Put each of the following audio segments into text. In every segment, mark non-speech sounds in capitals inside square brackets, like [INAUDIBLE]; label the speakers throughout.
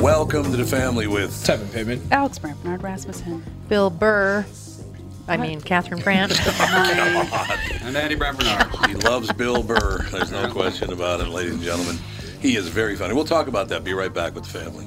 Speaker 1: Welcome to the family with
Speaker 2: Tevin Pittman.
Speaker 3: Alex Brant, Bernard Rasmussen, Bill Burr.
Speaker 4: I mean, Catherine [LAUGHS] Brandt.
Speaker 2: And Andy Brad Bernard.
Speaker 1: He loves Bill Burr. There's no question about it, ladies and gentlemen. He is very funny. We'll talk about that. Be right back with the family.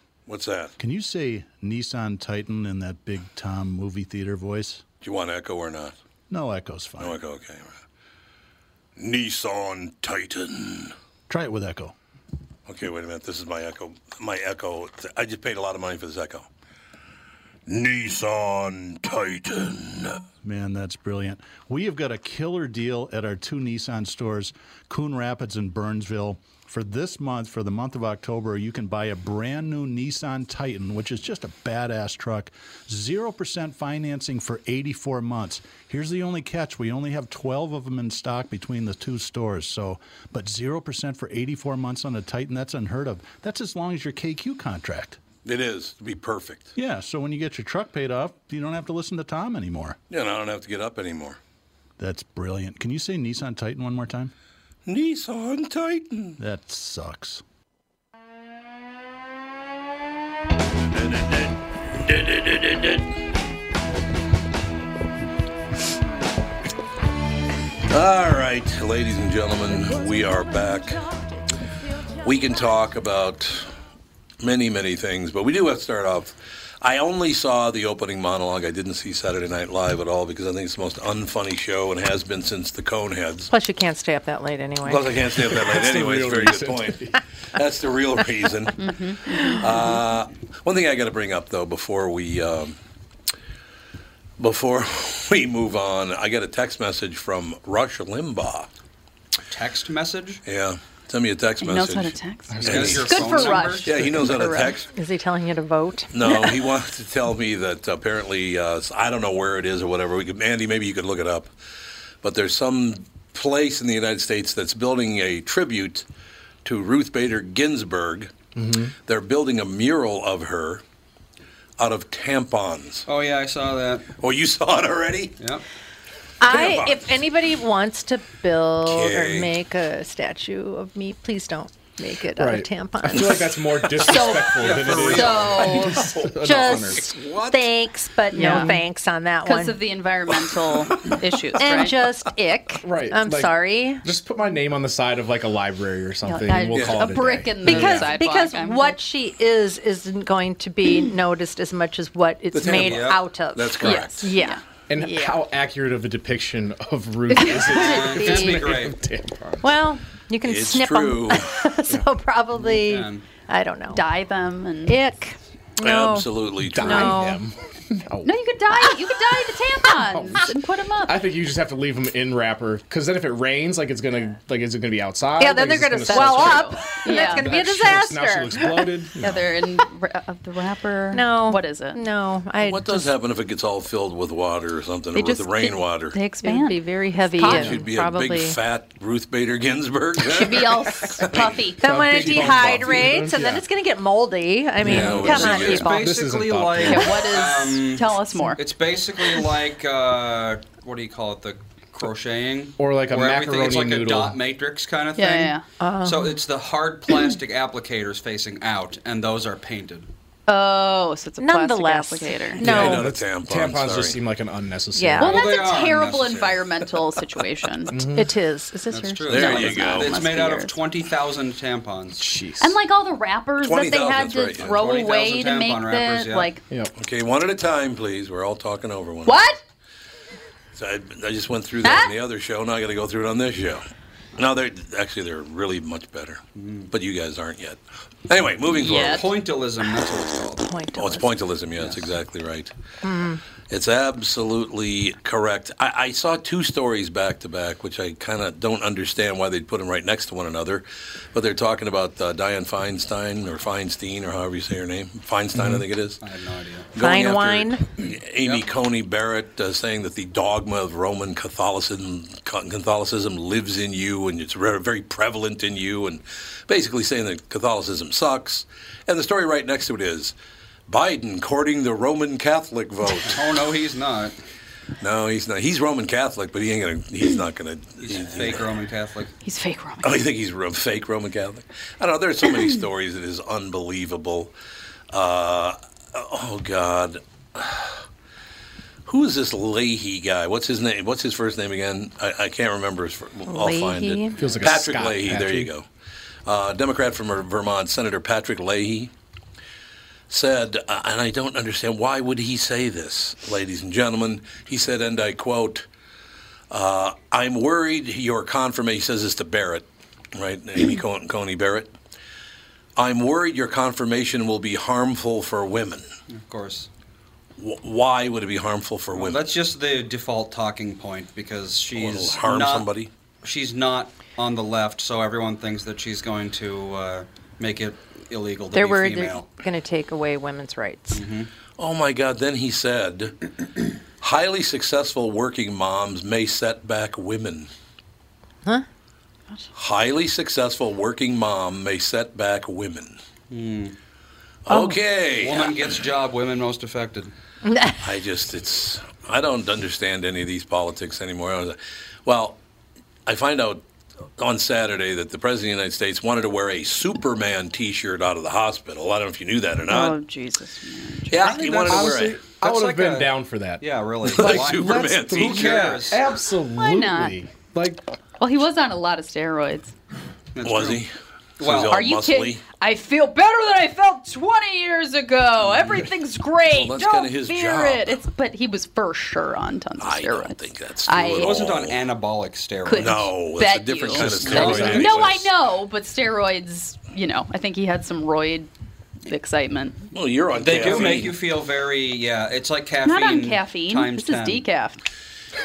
Speaker 1: What's that?
Speaker 5: Can you say Nissan Titan in that big Tom movie theater voice?
Speaker 1: Do you want echo or not?
Speaker 5: No echo's fine.
Speaker 1: No echo, okay. all right. Nissan Titan.
Speaker 5: Try it with echo.
Speaker 1: Okay, wait a minute. This is my echo. My echo. I just paid a lot of money for this echo. Nissan Titan.
Speaker 5: Man, that's brilliant. We have got a killer deal at our two Nissan stores, Coon Rapids and Burnsville. For this month, for the month of October, you can buy a brand new Nissan Titan, which is just a badass truck. 0% financing for 84 months. Here's the only catch we only have 12 of them in stock between the two stores. So, but 0% for 84 months on a Titan, that's unheard of. That's as long as your KQ contract.
Speaker 1: It is to be perfect.
Speaker 5: Yeah, so when you get your truck paid off, you don't have to listen to Tom anymore.
Speaker 1: Yeah, and I don't have to get up anymore.
Speaker 5: That's brilliant. Can you say Nissan Titan one more time?
Speaker 1: Nissan Titan.
Speaker 5: That sucks.
Speaker 1: All right, ladies and gentlemen, we are back. We can talk about many, many things, but we do have to start off. I only saw the opening monologue. I didn't see Saturday Night Live at all because I think it's the most unfunny show and has been since the Coneheads.
Speaker 4: Plus, you can't stay up that late anyway.
Speaker 1: Plus, I can't stay up that
Speaker 4: [LAUGHS]
Speaker 1: late anyway. It's a very good point. That's the real reason.
Speaker 4: Mm-hmm.
Speaker 1: Uh, one thing I got to bring up though before we um, before [LAUGHS] we move on, I got a text message from Rush Limbaugh.
Speaker 2: Text message.
Speaker 1: Yeah, send me a text
Speaker 3: He
Speaker 1: message.
Speaker 3: knows how to text.
Speaker 1: Yeah,
Speaker 2: Is
Speaker 1: he-
Speaker 2: your
Speaker 3: Good
Speaker 2: phone
Speaker 3: for
Speaker 2: number?
Speaker 3: Rush.
Speaker 1: yeah, he knows how to
Speaker 3: Correct.
Speaker 1: text.
Speaker 4: Is he telling you to vote?
Speaker 1: No, he [LAUGHS] wanted to tell me that apparently uh, I don't know where it is or whatever. We could, Andy, maybe you could look it up. But there's some place in the United States that's building a tribute to Ruth Bader Ginsburg. They're building a mural of her out of tampons.
Speaker 2: Oh yeah, I saw that.
Speaker 1: Oh, you saw it already?
Speaker 2: Yep.
Speaker 4: [LAUGHS] I,
Speaker 1: Tampons.
Speaker 4: if anybody wants to build
Speaker 1: Okay.
Speaker 4: or make a statue of me, please don't make it
Speaker 6: Right.
Speaker 4: out of
Speaker 6: I feel like
Speaker 4: tampons. [LAUGHS]
Speaker 6: that's more disrespectful than it is.
Speaker 4: So,
Speaker 6: [LAUGHS]
Speaker 4: just
Speaker 1: [LAUGHS] What?
Speaker 4: thanks, but
Speaker 3: Yeah.
Speaker 4: no thanks on that one.
Speaker 3: Because of the environmental issues,
Speaker 4: and
Speaker 3: right?
Speaker 4: just ick.
Speaker 6: Right,
Speaker 4: I'm
Speaker 6: like-
Speaker 4: sorry.
Speaker 6: Just put my name on the side of like a library or something.
Speaker 3: that-
Speaker 6: and we'll
Speaker 3: Yeah.
Speaker 6: call
Speaker 3: a
Speaker 6: it a
Speaker 3: brick
Speaker 6: day.
Speaker 3: in the
Speaker 4: because
Speaker 3: sidewalk.
Speaker 4: because
Speaker 3: I'm
Speaker 4: what she is isn't going to
Speaker 3: [CLEARS THROAT]
Speaker 4: be noticed as much as what it's
Speaker 1: The
Speaker 4: made
Speaker 1: tampon.
Speaker 4: out of.
Speaker 1: That's correct.
Speaker 4: Yeah.
Speaker 6: And
Speaker 4: Yeah.
Speaker 6: how accurate of a depiction of Ruth is it?
Speaker 2: It's gonna be great.
Speaker 6: Tampon.
Speaker 4: Well, you can
Speaker 1: It's
Speaker 4: snip 'em.
Speaker 1: true.
Speaker 4: [LAUGHS] so probably
Speaker 2: Um,
Speaker 4: I don't know.
Speaker 3: dye them and
Speaker 4: Ick. No.
Speaker 1: Absolutely true.
Speaker 4: No.
Speaker 6: [LAUGHS] Them.
Speaker 3: no, you could dye you could dye the tampons and put them up.
Speaker 6: I think you just have to leave them in wrapper because then if it rains, like it's gonna, like is it gonna be outside?
Speaker 4: Yeah, then
Speaker 6: Like,
Speaker 4: they're
Speaker 6: is it
Speaker 4: gonna swell
Speaker 6: stretch
Speaker 3: [LAUGHS]
Speaker 4: up.
Speaker 3: Yeah.
Speaker 4: and That's gonna be a
Speaker 6: back shorts? Now she
Speaker 4: disaster.
Speaker 6: looks bloated.
Speaker 3: yeah, they're in ra- of the
Speaker 4: [LAUGHS]
Speaker 3: wrapper.
Speaker 4: No.
Speaker 3: what is it?
Speaker 4: No, I.
Speaker 1: What does happen if it gets all filled with water or something,
Speaker 4: they
Speaker 1: or with
Speaker 4: just-
Speaker 1: rainwater?
Speaker 3: They
Speaker 4: It would
Speaker 3: expand.
Speaker 4: be very heavy.
Speaker 3: Cotton.
Speaker 4: and
Speaker 1: She'd be
Speaker 4: probably.
Speaker 1: a big fat Ruth Bader Ginsburg.
Speaker 3: [LAUGHS]
Speaker 1: [LAUGHS]
Speaker 3: Should be all s- puffy.
Speaker 4: then when it
Speaker 6: big bump off you,
Speaker 4: dehydrates, and then
Speaker 6: yeah.
Speaker 4: it's going to get moldy. I mean,
Speaker 1: Yeah, it
Speaker 4: come
Speaker 1: would
Speaker 4: on,
Speaker 1: be-
Speaker 2: It's
Speaker 4: people.
Speaker 6: This isn't
Speaker 2: basically like
Speaker 6: popular.
Speaker 2: um,
Speaker 3: Yeah, what is? tell us more.
Speaker 2: It's basically like uh, what do you call it? The crocheting,
Speaker 6: Or like a
Speaker 2: Where everything- It's like
Speaker 6: macaroni
Speaker 2: a
Speaker 6: noodle.
Speaker 2: dot matrix kind of thing.
Speaker 3: Yeah, yeah,
Speaker 7: Oh.
Speaker 2: So it's the hard plastic applicators facing out, and those are painted.
Speaker 7: Oh, so it's a
Speaker 4: Nonetheless,
Speaker 7: plastic applicator.
Speaker 1: Yeah, I
Speaker 4: no,
Speaker 1: know the tampon,
Speaker 6: Tampons
Speaker 1: sorry.
Speaker 6: just seem like an unnecessary.
Speaker 4: Yeah.
Speaker 7: Well,
Speaker 4: Well,
Speaker 2: they
Speaker 7: that's
Speaker 2: are
Speaker 7: a terrible
Speaker 2: unnecessary.
Speaker 7: environmental situation.
Speaker 4: it is. Is this
Speaker 2: That's
Speaker 4: yours?
Speaker 2: true.
Speaker 1: There
Speaker 7: No,
Speaker 1: you
Speaker 7: it's
Speaker 1: go.
Speaker 7: not. It
Speaker 2: It's
Speaker 7: must
Speaker 2: made
Speaker 7: be
Speaker 2: out
Speaker 7: yours.
Speaker 2: of 20,000 tampons.
Speaker 6: Jeez.
Speaker 3: And like all the wrappers that they
Speaker 1: 20,000,
Speaker 3: had to
Speaker 1: right, yeah.
Speaker 3: throw
Speaker 2: 20,000
Speaker 3: away to make
Speaker 2: tampon wrappers,
Speaker 3: the
Speaker 2: yeah.
Speaker 3: like
Speaker 6: Yep.
Speaker 1: Okay, one at a time, please. We're all talking over one.
Speaker 3: what?
Speaker 1: So I, I just went through that
Speaker 3: Huh?
Speaker 1: on the other show. Now I got to go through it on this show. No, they're actually they're really much better, but you guys aren't yet. Anyway, moving
Speaker 7: Yet.
Speaker 1: forward.
Speaker 2: Mm. Pointillism, that's what it's called.
Speaker 4: Point
Speaker 1: Oh, it's
Speaker 4: Elizabeth.
Speaker 1: pointillism. Yeah, that's exactly right.
Speaker 4: Mm.
Speaker 1: It's absolutely correct. I, I saw two stories back to back, which I kind of don't understand why they'd put them right next to one another. But they're talking about uh, Diane Feinstein or Feinstein or however you say her name. Feinstein, I think it is.
Speaker 2: Mm-hmm. I have no idea.
Speaker 1: Going
Speaker 4: Fine
Speaker 1: after
Speaker 4: wine.
Speaker 1: Amy Coney Barrett uh, saying that the dogma of Roman Catholicism Catholicism lives in you and it's re- very prevalent in you, and basically saying that Catholicism sucks. And the story right next to it is Biden courting the Roman Catholic vote.
Speaker 2: [LAUGHS] Oh, no, he's not.
Speaker 1: no, he's not. He's Roman Catholic, but he ain't gonna. He's not gonna.
Speaker 2: He's a fake Roman Catholic.
Speaker 7: He's fake Roman.
Speaker 1: Oh, you think he's a fake Roman Catholic? I don't know. There's so many stories. It is unbelievable. Uh, oh God, who is this Leahy guy? What's his name? What's his first name again? I, I can't remember. His, fir- I'll find
Speaker 4: Leahy?
Speaker 1: it.
Speaker 6: Feels like a
Speaker 1: Patrick
Speaker 6: Scott,
Speaker 1: Leahy. There you go.
Speaker 6: Patrick.
Speaker 1: Uh, Democrat from Vermont, Senator Patrick Leahy said, uh, and I don't understand why would he say this, ladies and gentlemen. He said, and I quote. "Uh, I'm worried your confirmation, he says this to Barrett, right?
Speaker 6: [CLEARS THROAT]
Speaker 1: Amy Con- Coney Barrett. I'm worried your confirmation will be harmful for women.
Speaker 2: Of course.
Speaker 1: W- why would it be harmful for
Speaker 2: Well,
Speaker 1: women?
Speaker 2: that's just the default talking point because
Speaker 1: It'll
Speaker 2: she's
Speaker 1: harm
Speaker 2: not,
Speaker 1: somebody?
Speaker 2: She's not on the left, so everyone thinks that she's going to uh, make it illegal to
Speaker 4: They
Speaker 2: be
Speaker 4: were
Speaker 2: female.
Speaker 4: going to take away women's rights.
Speaker 1: Oh my God. Then he said, highly successful working moms may set back women. Huh? Highly successful working mom may set back women.
Speaker 2: Hmm.
Speaker 1: Okay.
Speaker 2: Woman gets job, women most affected.
Speaker 1: I just it's I don't understand any of these politics anymore. I was like, Well, I find out on Saturday that the president of the United States wanted to wear a Superman T-shirt out of the hospital. I don't know if you knew that or not.
Speaker 7: Oh Jesus! man.
Speaker 1: yeah,
Speaker 2: think
Speaker 1: he wanted to
Speaker 2: Oh, that's-
Speaker 1: wear
Speaker 6: Honestly,
Speaker 1: it.
Speaker 6: I
Speaker 2: That's
Speaker 6: would have
Speaker 2: like
Speaker 6: been
Speaker 2: a-
Speaker 6: down for that.
Speaker 2: Yeah, really.
Speaker 1: [LAUGHS] Like
Speaker 2: Why-
Speaker 1: Superman
Speaker 6: that's the-
Speaker 2: Who
Speaker 1: T-shirt.
Speaker 2: cares?
Speaker 6: Absolutely.
Speaker 7: not?
Speaker 6: Like
Speaker 7: Well, he was on a lot of steroids.
Speaker 2: That's
Speaker 1: Was
Speaker 2: true.
Speaker 1: he?
Speaker 2: Well,
Speaker 1: all
Speaker 7: Are you
Speaker 1: muscly?
Speaker 7: kidding? I feel better than I felt 20 years
Speaker 1: [LAUGHS]
Speaker 7: ago. Everything's great.
Speaker 1: Well, that's
Speaker 7: Don't
Speaker 1: kinda his
Speaker 7: fear
Speaker 1: job.
Speaker 7: it. It's, but he was for sure on tons of
Speaker 1: I
Speaker 7: steroids.
Speaker 1: don't think that's true
Speaker 7: I-
Speaker 1: at
Speaker 7: It
Speaker 2: It wasn't on
Speaker 1: all.
Speaker 2: anabolic steroids.
Speaker 7: Couldn't
Speaker 1: No, that's
Speaker 7: bet
Speaker 1: a different
Speaker 7: you.
Speaker 1: kind of
Speaker 2: Just
Speaker 1: steroid.
Speaker 2: steroids.
Speaker 1: anyway.
Speaker 7: No, I know, but steroids. You know, I think he had some roid excitement.
Speaker 1: Well, you're on.
Speaker 2: They do
Speaker 1: caffeine.
Speaker 2: make you feel very, yeah, it's like caffeine.
Speaker 7: Not on caffeine.
Speaker 2: Times
Speaker 7: This is
Speaker 2: 10.
Speaker 7: decaf.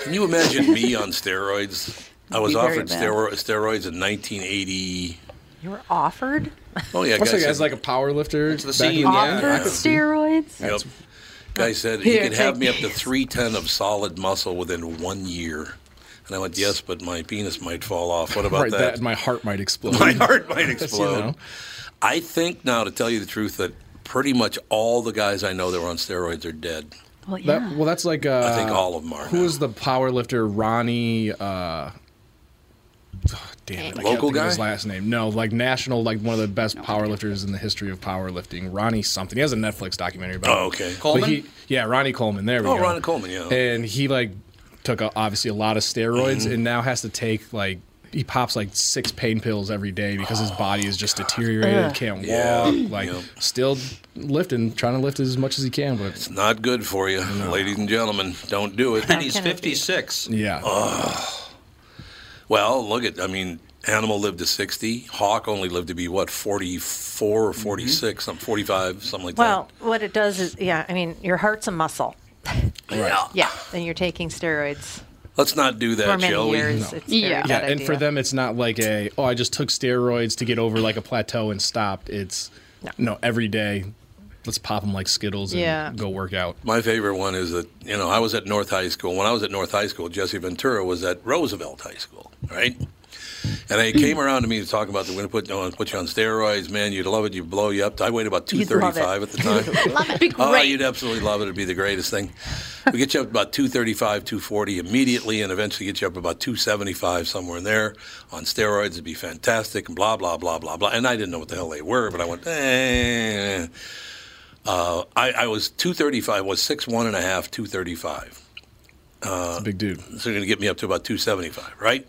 Speaker 1: Can you imagine me on steroids? I was
Speaker 7: Be very
Speaker 1: offered
Speaker 7: bad.
Speaker 1: steroid, steroids in 1980.
Speaker 4: You were offered
Speaker 1: [LAUGHS] Oh yeah,
Speaker 6: also
Speaker 1: guys,
Speaker 6: as like a power lifter.
Speaker 2: It's the
Speaker 6: back in
Speaker 2: scene, yeah.
Speaker 7: Offered steroids.
Speaker 1: Yep. Guy said he
Speaker 7: Here,
Speaker 1: could have
Speaker 7: take
Speaker 1: me up to
Speaker 7: these.
Speaker 1: 310 of solid muscle within one year. And I went, yes, but my penis might fall off.
Speaker 6: [LAUGHS]
Speaker 1: What about
Speaker 6: Right, that.
Speaker 1: that?
Speaker 6: my heart might explode.
Speaker 1: [LAUGHS] my heart
Speaker 6: [LAUGHS]
Speaker 1: might
Speaker 6: you
Speaker 1: explode.
Speaker 6: know.
Speaker 1: I think now, to tell you the truth, that pretty much all the guys I know that were on steroids are dead.
Speaker 7: Well, yeah.
Speaker 6: That, well, that's like uh,
Speaker 1: I think all of them are.
Speaker 6: Who
Speaker 1: now.
Speaker 6: was the power lifter? Ronnie. Uh, oh, damn it! I can't
Speaker 1: Local
Speaker 6: think of His
Speaker 1: guy?
Speaker 6: last name? No, like national, like one of the best power lifters in the history of powerlifting. Ronnie something. He has a Netflix documentary about.
Speaker 1: Oh,
Speaker 6: him.
Speaker 1: okay.
Speaker 6: But
Speaker 2: Coleman?
Speaker 6: He, yeah, Ronnie Coleman. There we
Speaker 1: Oh,
Speaker 6: go.
Speaker 1: Ronnie Coleman, yeah.
Speaker 6: And he like took a, obviously a lot of steroids
Speaker 1: Mm-hmm.
Speaker 6: and now has to take like. He pops like six pain pills every day because his body is just deteriorated, can't walk,
Speaker 1: Yeah.
Speaker 6: like
Speaker 1: Yep.
Speaker 6: still lifting, trying to lift as much as he can, but
Speaker 1: Not good for you, ladies and gentlemen. Don't do it.
Speaker 2: And he's 56.
Speaker 6: yeah.
Speaker 1: Well, look at, I mean, Animal lived to 60. Hawk only lived to be, what, 44 or 46, some 45, something like
Speaker 4: Well, what it does is, yeah, I mean, your heart's a muscle.
Speaker 1: that. Yeah.
Speaker 4: Yeah, and you're taking steroids
Speaker 1: Let's not do
Speaker 4: for
Speaker 1: that,
Speaker 4: many
Speaker 1: shall we?
Speaker 4: years. It's very
Speaker 7: Yeah.
Speaker 4: bad
Speaker 6: Yeah, and for
Speaker 4: idea.
Speaker 6: them, it's not like a oh, I just took steroids to get over like a plateau and stopped. It's no, every day, let's pop them like Skittles and
Speaker 4: Yeah.
Speaker 6: go work out.
Speaker 1: My favorite one is that, you know, I was at North High School. When I was at North High School, Jesse Ventura was at Roosevelt High School, right? And they came around to me to talk about, they're going to put, oh, put you on steroids, man. You'd love it. You'd blow you up. I weighed about
Speaker 4: You'd love
Speaker 1: 235 at the
Speaker 4: [LAUGHS]
Speaker 1: time. Oh,
Speaker 6: [LAUGHS]
Speaker 1: you'd absolutely love it. It'd be the greatest thing. We get you up about 235, 240 immediately, and eventually get you up about 275, somewhere in there on steroids. It'd be fantastic, and blah, blah, blah, blah, blah. And I didn't know what the hell they were, but I went, eh. Uh, I, I was 235, was 6'1 and a half, 235.
Speaker 6: It's a big dude.
Speaker 1: So you're going to get me up to about 275, right?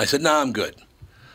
Speaker 1: I said, nah, I'm good.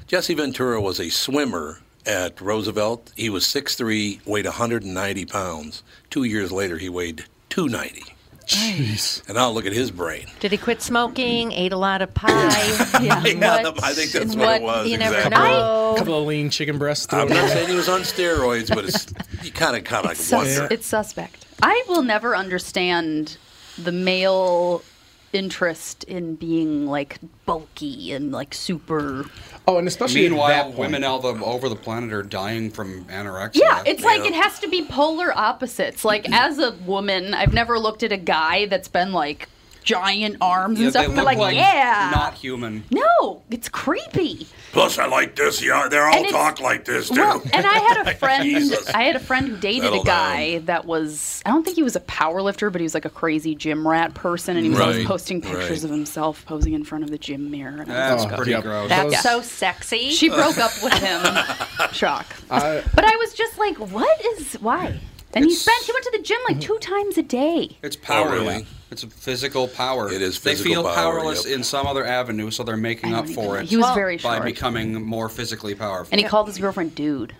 Speaker 1: Jesse Ventura was a swimmer at Roosevelt. He was 6'3, weighed 190 pounds. Two years later, he weighed 290.
Speaker 6: Jeez.
Speaker 1: And now look at his brain.
Speaker 4: Did he quit smoking? Ate a lot of
Speaker 1: [LAUGHS]
Speaker 4: pie?
Speaker 7: [LAUGHS] Yeah.
Speaker 1: Yeah,
Speaker 7: What-
Speaker 1: I think that's
Speaker 4: It's
Speaker 1: what, it was.
Speaker 4: You never
Speaker 1: exactly.
Speaker 4: know.
Speaker 6: A couple of lean chicken breasts.
Speaker 1: I'm
Speaker 6: thrown in
Speaker 1: not
Speaker 6: there.
Speaker 1: saying he was on steroids, but it's [LAUGHS] you kind of kind of
Speaker 7: Sus-
Speaker 1: wonder.
Speaker 7: it's suspect. I will never understand the male interest in being like bulky and like super.
Speaker 6: Oh, and especially at that
Speaker 2: Meanwhile,
Speaker 6: point.
Speaker 2: women all the, over the planet are dying from anorexia.
Speaker 7: Yeah, it's like
Speaker 1: Yeah.
Speaker 7: it has to be polar opposites. Like
Speaker 2: Mm-hmm.
Speaker 7: as a woman, I've never looked at a guy that's been like giant arms
Speaker 2: Yeah,
Speaker 7: and stuff.
Speaker 2: they
Speaker 7: and
Speaker 2: look
Speaker 7: been like,
Speaker 2: like
Speaker 7: yeah,
Speaker 2: not human.
Speaker 7: no, it's creepy.
Speaker 1: Plus, I like this. Yeah, they're all
Speaker 7: And it's-
Speaker 1: talk like this too.
Speaker 7: Well, and I had a friend.
Speaker 1: Jesus.
Speaker 7: I had a friend who dated
Speaker 1: Settle
Speaker 7: a guy that was. I don't think he was a power lifter, but he was like a crazy gym rat person, and he was
Speaker 1: Right,
Speaker 7: always posting pictures
Speaker 1: right.
Speaker 7: of himself posing in front of the gym mirror. And I was
Speaker 2: That's
Speaker 7: like,
Speaker 2: pretty
Speaker 6: yeah.
Speaker 2: gross.
Speaker 4: That's
Speaker 6: Yeah.
Speaker 4: so sexy.
Speaker 7: she broke up with him.
Speaker 1: [LAUGHS]
Speaker 7: Shock.
Speaker 6: I-
Speaker 7: but I was just like, what is why? And he
Speaker 2: It's-
Speaker 7: spent. He went to the gym like two times a day.
Speaker 2: It's power.
Speaker 1: Oh, really?
Speaker 2: It's a physical power.
Speaker 1: It is
Speaker 2: They feel
Speaker 1: physical power,
Speaker 2: powerless
Speaker 1: yep.
Speaker 2: in some other avenue, so they're making up for it
Speaker 7: He was
Speaker 4: Well,
Speaker 7: very
Speaker 2: by
Speaker 7: short.
Speaker 2: becoming more physically powerful.
Speaker 7: and he called his girlfriend dude.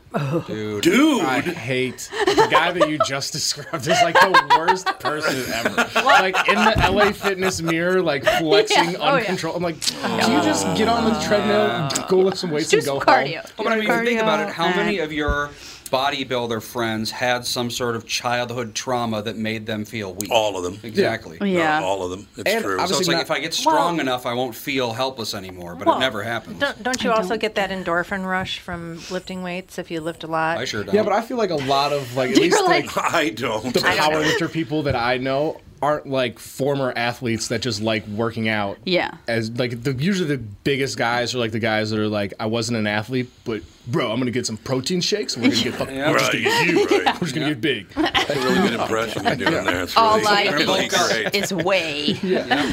Speaker 2: Dude.
Speaker 1: Dude,
Speaker 6: I hate the guy that you just [LAUGHS] described is like the worst person ever. Like in the LA Fitness mirror, like flexing
Speaker 7: Yeah. Oh, yeah.
Speaker 6: uncontrolled. I'm like, can you just get on the treadmill, go lift some weights,
Speaker 7: Do
Speaker 6: and
Speaker 7: some
Speaker 6: go
Speaker 7: cardio.
Speaker 6: home?
Speaker 2: Oh, but I mean, if you think about it. How
Speaker 4: Cardio
Speaker 2: many
Speaker 4: and-
Speaker 2: of your bodybuilder friends had some sort of childhood trauma that made them feel weak?
Speaker 1: all of them.
Speaker 2: Exactly.
Speaker 7: Yeah.
Speaker 1: No, all of them. It's
Speaker 6: And
Speaker 1: true.
Speaker 2: So
Speaker 6: obviously-
Speaker 2: it's like
Speaker 6: Not-
Speaker 2: if I get strong
Speaker 4: Well-
Speaker 2: enough, I won't feel helpless anymore. But
Speaker 4: Well,
Speaker 2: it never happens.
Speaker 4: [LAUGHS] Don't, don't you also get that endorphin rush from lifting weights if you lift a lot?
Speaker 2: I sure don't.
Speaker 6: Yeah, but I feel like a lot of like at
Speaker 7: You're
Speaker 6: least like
Speaker 7: like-
Speaker 1: [LAUGHS] I don't.
Speaker 6: the
Speaker 1: I don't.
Speaker 6: powerlifter people that I know aren't like former athletes that just like working out.
Speaker 7: Yeah.
Speaker 6: As like the usually the biggest guys are like the guys that are like I wasn't an athlete, but bro, I'm gonna get some protein shakes and we're
Speaker 7: [LAUGHS]
Speaker 6: gonna get fucking
Speaker 2: Yeah.
Speaker 6: we're just
Speaker 1: Right,
Speaker 6: gonna,
Speaker 1: you [LAUGHS] right.
Speaker 6: we're just gonna get big.
Speaker 1: That's a really good impression you're doing there. It's
Speaker 7: All
Speaker 1: really,
Speaker 7: I
Speaker 1: really
Speaker 7: eat
Speaker 1: great.
Speaker 7: is
Speaker 2: [LAUGHS]
Speaker 7: whey.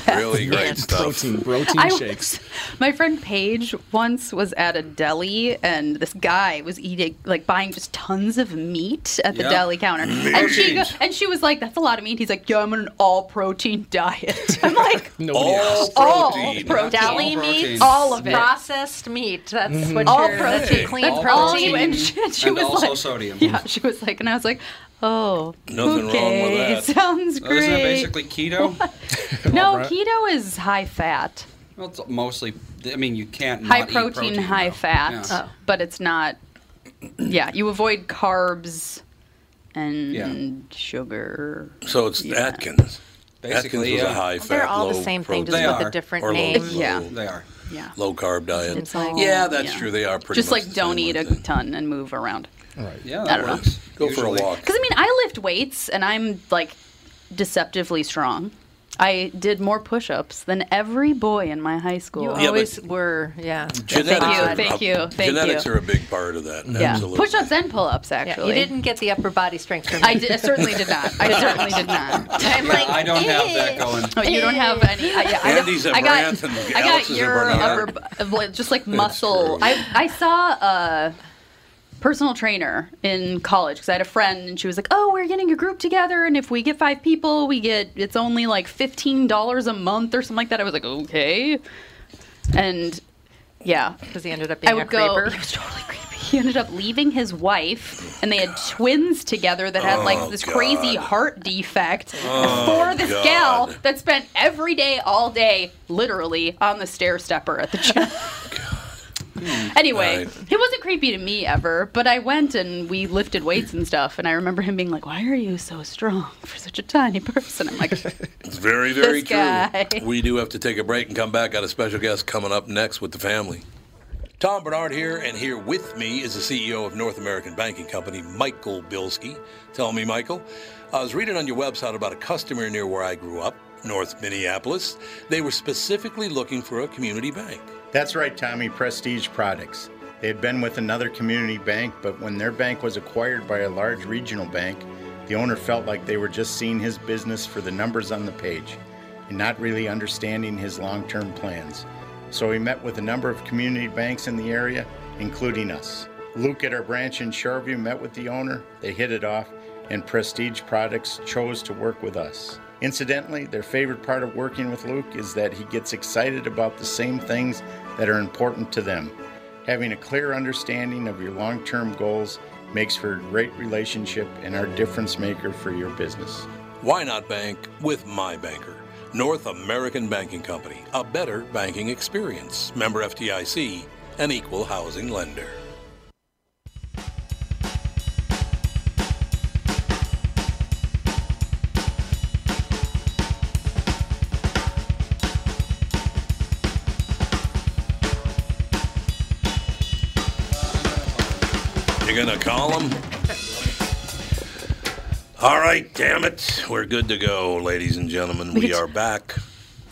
Speaker 1: Really great stuff.
Speaker 6: Protein, protein
Speaker 7: I was-
Speaker 6: shakes.
Speaker 7: My friend Paige once was at a deli, and this guy was eating, like, buying just tons of meat at the
Speaker 2: Yeah.
Speaker 7: deli counter. And she go, and she was like, "That's a lot of meat." He's like, "Yeah, I'm on an all-protein diet." I'm like,
Speaker 6: Nobody
Speaker 1: All
Speaker 6: asked.
Speaker 7: "All
Speaker 1: protein.
Speaker 7: protein,
Speaker 4: Deli
Speaker 2: All protein.
Speaker 4: meats,
Speaker 7: all of it,
Speaker 4: processed meat. That's what
Speaker 7: all
Speaker 4: you're
Speaker 7: protein,
Speaker 4: that's your clean
Speaker 7: That's
Speaker 4: protein.
Speaker 7: all you." And she, and she
Speaker 2: and
Speaker 7: was
Speaker 2: also
Speaker 7: like,
Speaker 2: sodium.
Speaker 7: "Yeah," she was like, and I was like, "Oh,
Speaker 1: Nothing wrong with
Speaker 7: okay, [LAUGHS]
Speaker 1: that.
Speaker 7: sounds
Speaker 2: Well, Isn't
Speaker 7: great."
Speaker 2: it basically
Speaker 7: [LAUGHS]
Speaker 2: keto?
Speaker 7: no,
Speaker 6: Right.
Speaker 7: keto is high fat.
Speaker 2: well, it's mostly. I mean, you can't.
Speaker 7: high
Speaker 2: not eat
Speaker 7: protein, high
Speaker 2: though.
Speaker 7: fat,
Speaker 4: Oh.
Speaker 7: uh,
Speaker 2: Yeah.
Speaker 7: but it's not. Yeah, you avoid carbs and
Speaker 2: Yeah. [LAUGHS]
Speaker 7: sugar.
Speaker 1: So it's Atkins.
Speaker 2: Basically,
Speaker 1: Atkins was
Speaker 2: yeah.
Speaker 1: a high fat.
Speaker 4: They're all the
Speaker 1: low
Speaker 4: same thing, just
Speaker 1: protein-
Speaker 2: They
Speaker 4: with
Speaker 2: are.
Speaker 4: a different
Speaker 1: or low-
Speaker 4: name.
Speaker 1: low-
Speaker 7: Yeah.
Speaker 2: They are.
Speaker 7: Yeah.
Speaker 1: Low carb diet.
Speaker 7: It's like-
Speaker 1: Yeah, that's
Speaker 7: yeah.
Speaker 1: true. They are pretty
Speaker 7: Just
Speaker 1: much
Speaker 7: like
Speaker 1: the
Speaker 7: don't
Speaker 1: same,
Speaker 7: eat a
Speaker 1: aren't they?
Speaker 7: ton and move around.
Speaker 2: Yeah,
Speaker 7: I
Speaker 2: that
Speaker 7: don't know.
Speaker 2: works.
Speaker 1: Go
Speaker 2: Usually.
Speaker 1: for a walk.
Speaker 7: Because I mean, I lift weights and I'm like deceptively strong. I did more push-ups than every boy in my high
Speaker 4: You
Speaker 7: school.
Speaker 1: Yeah, but-
Speaker 4: always were, yeah.
Speaker 1: Genetics
Speaker 7: you,
Speaker 1: are,
Speaker 7: thank you, thank you.
Speaker 1: genetics are a big part of that.
Speaker 7: yeah,
Speaker 1: Absolutely.
Speaker 7: push-ups and pull-ups
Speaker 4: yeah.
Speaker 7: actually.
Speaker 4: You didn't get the upper body strength from me.
Speaker 7: I, did, I certainly did not.
Speaker 4: [LAUGHS]
Speaker 7: I certainly did not.
Speaker 4: I'm like,
Speaker 2: I don't have that going.
Speaker 7: Oh, you don't have any. I, yeah, I, don't-
Speaker 1: Andy's a
Speaker 7: I
Speaker 1: Brandt
Speaker 7: got,
Speaker 1: and
Speaker 7: I got
Speaker 1: Alex is a
Speaker 7: your
Speaker 1: Bernard.
Speaker 7: upper, bu- like, just like muscle. I, I saw a personal trainer in college because I had a friend and she was like, "Oh, we're getting a group together, and if we get five people, we get it's only like fifteen dollars a month or something like that." I was like, "Okay," and yeah,
Speaker 4: because he ended up being
Speaker 7: I
Speaker 4: a
Speaker 7: would go.
Speaker 4: creeper.
Speaker 7: He was totally creepy. He ended up leaving his wife, and they had twins together that had
Speaker 1: Oh,
Speaker 7: like this crazy
Speaker 1: God.
Speaker 7: heart defect for this
Speaker 1: God.
Speaker 7: gal that spent every day, all day, literally on the stair stepper at the gym. [LAUGHS] Anyway,
Speaker 1: Right.
Speaker 7: he wasn't creepy to me ever, but I went and we lifted weights and stuff, and I remember him being like, "Why are you so strong for such a tiny person?" I'm like,
Speaker 1: It's very, very
Speaker 7: This
Speaker 1: true.
Speaker 7: guy.
Speaker 1: We do have to take a break and come back. Got a special guest coming up next with the family. Tom Bernard here, and here with me is the CEO of North American Banking Company, Michael Bilski. Tell me, Michael, I was reading on your website about a customer near where I grew up, North Minneapolis. They were specifically looking for a community bank.
Speaker 8: That's right, Tommy, Prestige Products. They had been with another community bank, but when their bank was acquired by a large regional bank, the owner felt like they were just seeing his business for the numbers on the page and not really understanding his long term plans. So he met with a number of community banks in the area, including us. Luke at our branch in Shoreview met with the owner, they hit it off, and Prestige Products chose to work with us. Incidentally, their favorite part of working with Luke is that he gets excited about the same things that are important to them. Having a clear understanding of your long term goals makes for a great relationship and our difference maker for your business.
Speaker 1: Why not bank with my banker? North American Banking Company, a better banking experience. Member FDIC, an equal housing lender. You're gonna call him? All right, damn it. We're good to go, ladies and gentlemen.
Speaker 7: We
Speaker 1: We,
Speaker 7: could-
Speaker 1: are back.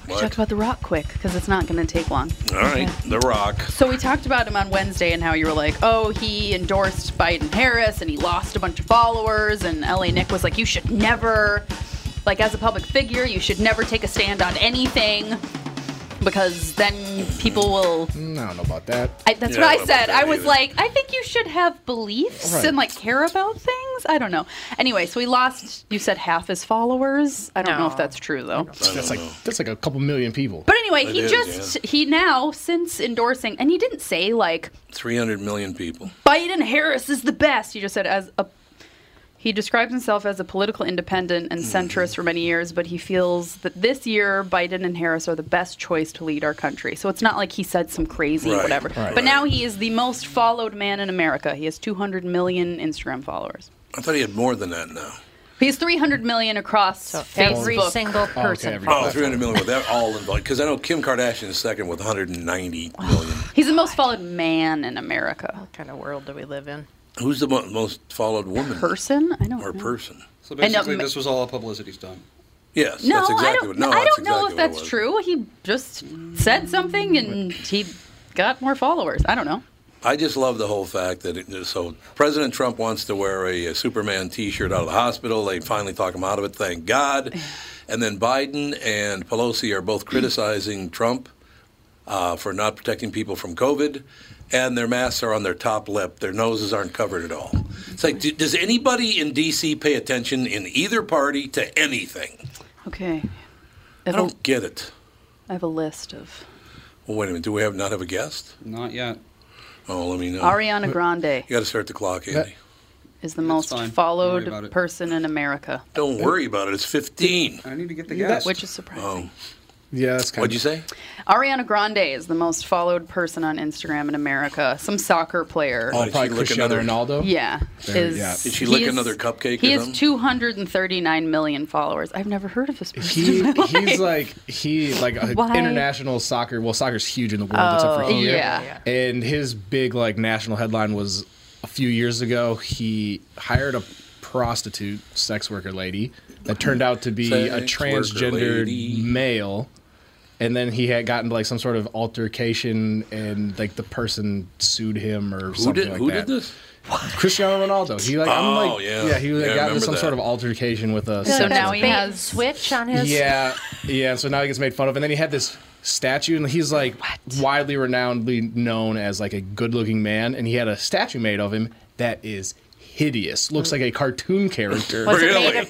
Speaker 7: We talked about The Rock quick because it's not going to take long.
Speaker 1: All right, The Rock.
Speaker 7: So we talked about him on Wednesday and how you were like, oh, he endorsed Biden Harris and he lost a bunch of followers. And LA Nick was like, you should never, like, as a public figure, you should never take a stand on anything because then people will.
Speaker 6: Mm, I don't know about that.
Speaker 7: I, that's
Speaker 1: Yeah, I
Speaker 7: what I
Speaker 1: don't know
Speaker 7: said.
Speaker 1: about that
Speaker 7: I was
Speaker 1: either.
Speaker 7: like, I think you should have beliefs
Speaker 6: Right.
Speaker 7: and like care about things. I don't know. Anyway, so he lost, you said half his followers. I don't know if
Speaker 4: No.
Speaker 7: that's true though.
Speaker 6: That's like that's like a couple million people.
Speaker 7: But anyway,
Speaker 1: It
Speaker 7: he
Speaker 1: is,
Speaker 7: just,
Speaker 1: yeah.
Speaker 7: he now, since endorsing, and he didn't say like,
Speaker 1: 300 million people.
Speaker 7: Biden Harris is the best. He just said as a he describes himself as a political independent and centrist for many years, but he feels that this year Biden and Harris are the best choice to lead our country. So it's not like he said some crazy
Speaker 1: Right,
Speaker 7: whatever.
Speaker 1: right.
Speaker 7: But now he is the most followed man in America. He has 200 million Instagram followers.
Speaker 1: I thought he had more than that now.
Speaker 7: He has 300 million across
Speaker 4: So
Speaker 7: Facebook.
Speaker 4: every single
Speaker 6: Oh, okay,
Speaker 4: person.
Speaker 6: every-
Speaker 1: Oh, 300 million with that all involved. Because I know Kim Kardashian is second with 190 million.
Speaker 7: He's the most followed man in America.
Speaker 4: what kind of world do we live in?
Speaker 1: Who's the mo- most followed woman?
Speaker 7: Person? I don't
Speaker 1: Or
Speaker 7: know.
Speaker 1: person.
Speaker 2: So
Speaker 7: I know,
Speaker 2: basically,
Speaker 7: ma-
Speaker 2: this was all a publicity stunt.
Speaker 1: Yes,
Speaker 7: No,
Speaker 1: that's exactly
Speaker 7: I don't.
Speaker 1: what. No,
Speaker 7: I
Speaker 1: that's
Speaker 7: don't know
Speaker 1: exactly
Speaker 7: if
Speaker 1: what it
Speaker 7: that's
Speaker 1: was.
Speaker 7: true. He just said something, and he got more followers. I don't know.
Speaker 1: I just love the whole fact that it, so President Trump wants to wear a, a Superman T-shirt out of the hospital. They finally talk him out of it,
Speaker 7: [LAUGHS]
Speaker 1: thank God. And then Biden and Pelosi are both criticizing Trump uh, for not protecting people from COVID, and their masks are on their top lip. Their noses aren't covered at all. It's like, do, does anybody in D.C. pay attention in either party to anything?
Speaker 7: Okay, I
Speaker 1: I
Speaker 7: have, a,
Speaker 1: don't get it.
Speaker 7: I have a list of
Speaker 1: Well, wait a minute. Do we have not have a guest?
Speaker 2: Not yet.
Speaker 1: Oh, let me know.
Speaker 7: Ariana Grande
Speaker 1: You got to start the clock, Andy.
Speaker 7: is the most
Speaker 2: fine. Don't worry about
Speaker 7: followed
Speaker 2: it.
Speaker 7: person in America,
Speaker 1: Don't worry about it. It's 15.
Speaker 2: I need to get the guest.
Speaker 7: which is surprising.
Speaker 6: Yeah, that's kind
Speaker 1: What'd
Speaker 6: of
Speaker 1: you say?
Speaker 7: Ariana Grande is the most followed person on Instagram in America. Some soccer player.
Speaker 1: Oh,
Speaker 6: Oh, probably
Speaker 1: Did she lick
Speaker 6: Cristiano
Speaker 1: another-
Speaker 6: Ronaldo.
Speaker 7: Yeah,
Speaker 6: There,
Speaker 7: is-
Speaker 6: yeah. Did
Speaker 1: she lick
Speaker 7: he is-
Speaker 1: another cupcake
Speaker 7: He
Speaker 1: or
Speaker 7: has
Speaker 1: something?
Speaker 7: 239 million followers. I've never heard of this person. [LAUGHS]
Speaker 6: He he's like he like a
Speaker 7: Why?
Speaker 6: international soccer. Well, soccer's huge in the world except for here.
Speaker 7: yeah. Yeah,
Speaker 6: And his big like national headline was a few years ago. He hired a prostitute sex worker lady that turned out to be a
Speaker 1: Sex worker lady.
Speaker 6: transgendered male. And then he had gotten like some sort of altercation, and like the person sued him or
Speaker 1: Who
Speaker 6: something
Speaker 1: did,
Speaker 6: like
Speaker 1: who
Speaker 6: that.
Speaker 1: did this?
Speaker 6: Cristiano Ronaldo. He like I'm
Speaker 1: Oh,
Speaker 6: like
Speaker 1: yeah.
Speaker 6: yeah, he like,
Speaker 1: Yeah, I
Speaker 6: got
Speaker 1: remember
Speaker 6: into some
Speaker 1: that.
Speaker 6: sort of altercation with a
Speaker 7: So
Speaker 6: sex
Speaker 7: now
Speaker 6: worker.
Speaker 7: he
Speaker 4: Bait
Speaker 7: has-
Speaker 4: and switch on his.
Speaker 6: Yeah, yeah. So now he gets made fun of, and then he had this statue, and he's like widely renownedly known as like a good-looking man, and he had a statue made of him that is hideous. Looks like a cartoon character.
Speaker 4: [LAUGHS] Was it
Speaker 1: Really? [LAUGHS]
Speaker 4: made of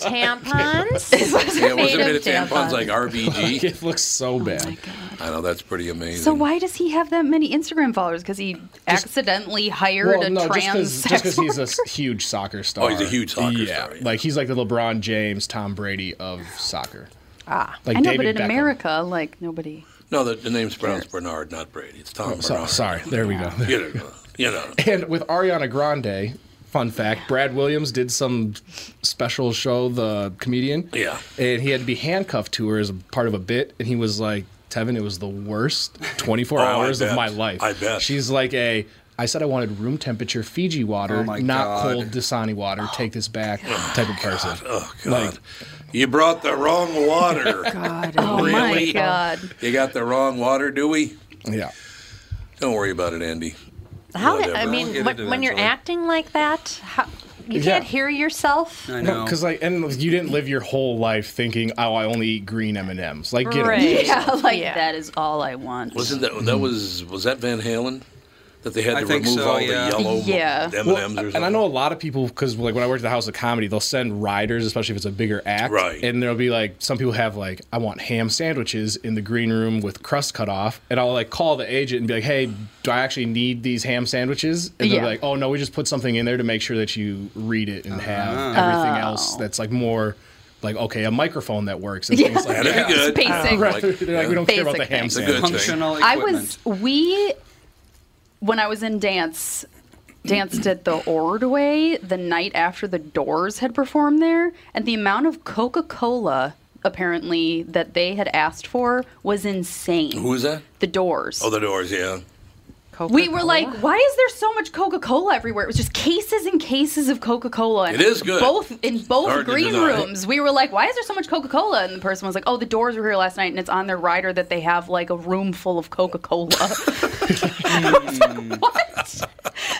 Speaker 4: tampons?
Speaker 1: Yeah, was it
Speaker 4: Made
Speaker 1: made
Speaker 4: of
Speaker 1: of tampons
Speaker 4: tampons.
Speaker 1: like RBG?
Speaker 6: [LAUGHS] it looks so bad.
Speaker 1: I know, that's pretty amazing.
Speaker 7: Oh So why does he have that many Instagram followers? Because he accidentally hired
Speaker 6: well,
Speaker 7: a
Speaker 6: no,
Speaker 7: trans
Speaker 6: just
Speaker 7: sex
Speaker 6: because he's a s- huge soccer star.
Speaker 1: Oh, he's a huge soccer star, yeah.
Speaker 6: like he's like the LeBron James, Tom Brady of soccer. Ah, like
Speaker 7: I know,
Speaker 6: David
Speaker 7: but in
Speaker 6: Beckham.
Speaker 7: America, like nobody.
Speaker 1: no, the, the name's pronounced Bernard, not Brady. It's Tom
Speaker 6: Oh, So,
Speaker 1: Bernard.
Speaker 6: sorry, there we go.
Speaker 1: You know, you know.
Speaker 6: And with Ariana Grande, fun fact, Brad Williams did some special show, the comedian.
Speaker 1: Yeah.
Speaker 6: And he had to be handcuffed to her as a part of a bit, and he was like, Tevin, it was the worst
Speaker 1: [LAUGHS]
Speaker 6: 24
Speaker 1: Oh, I
Speaker 6: hours
Speaker 1: bet.
Speaker 6: of my life.
Speaker 1: I bet.
Speaker 6: She's like a I said I wanted room temperature Fiji water,
Speaker 2: Oh my
Speaker 6: not
Speaker 2: God. Oh
Speaker 6: cold Dasani water. Take this back, type of person.
Speaker 1: Oh, God. you brought the wrong water.
Speaker 4: [LAUGHS] God,
Speaker 7: Oh
Speaker 1: Really?
Speaker 7: my god!
Speaker 1: You got the wrong water, do we?
Speaker 6: Yeah,
Speaker 1: Don't worry about it, Andy.
Speaker 4: How
Speaker 1: Whatever.
Speaker 4: the, I
Speaker 2: We'll get
Speaker 4: mean,
Speaker 2: it
Speaker 4: when, when you're
Speaker 2: eventually.
Speaker 4: acting like that, how, you
Speaker 6: Yeah.
Speaker 4: can't hear yourself.
Speaker 1: [LAUGHS]
Speaker 2: I know.
Speaker 6: because like, and you didn't live your whole life thinking, "Oh, I only eat green M and M's." Like, get it.
Speaker 4: Right.
Speaker 7: [LAUGHS] Yeah, like
Speaker 4: Yeah.
Speaker 7: that is all I want.
Speaker 6: Mm.
Speaker 1: Wasn't that, that was, was that Van Halen? That they had
Speaker 2: I
Speaker 1: to
Speaker 2: think
Speaker 1: remove
Speaker 2: so,
Speaker 1: all
Speaker 2: yeah.
Speaker 1: the yellow
Speaker 7: Yeah.
Speaker 1: M&Ms
Speaker 6: Well,
Speaker 1: or something.
Speaker 6: and I know a lot of people because like when I worked at the House of Comedy, they'll send riders, especially if it's a bigger act.
Speaker 1: Right.
Speaker 6: And there'll be like some people have like I want ham sandwiches in the green room with crust cut off, and I'll like call the agent and be like, Hey, do I actually need these ham sandwiches? And they're
Speaker 7: Yeah.
Speaker 6: like, Oh no, we just put something in there to make sure that you read it and have
Speaker 7: Ah.
Speaker 6: everything else
Speaker 7: Oh.
Speaker 6: that's like more like okay, a microphone that works and things like
Speaker 1: That'd
Speaker 6: that.
Speaker 1: be good.
Speaker 7: Basic.
Speaker 1: I don't
Speaker 6: [LAUGHS] Right.
Speaker 1: know,
Speaker 6: They're like, we don't care about the
Speaker 7: Basic
Speaker 6: ham
Speaker 7: things.
Speaker 1: a good
Speaker 6: sandwich.
Speaker 1: thing.
Speaker 2: Functional
Speaker 7: I
Speaker 2: equipment.
Speaker 7: was we when I was in dance danced at the Ordway the night after the Doors had performed there and the amount of Coca-Cola apparently that they had asked for was insane.
Speaker 1: Who was that?
Speaker 7: The Doors.
Speaker 1: Oh, the doors, yeah.
Speaker 7: we were like, why is there so much Coca-Cola everywhere? It was just cases and cases of Coca-Cola.
Speaker 1: It is good.
Speaker 7: Both in both
Speaker 1: Hard to
Speaker 7: green
Speaker 1: deny.
Speaker 7: rooms, we were like, why is there so much Coca-Cola? And the person was like, oh, the Doors were here last night, and it's on their rider that they have like a room full of Coca-Cola. [LAUGHS] I was
Speaker 4: Hmm.
Speaker 7: like, what?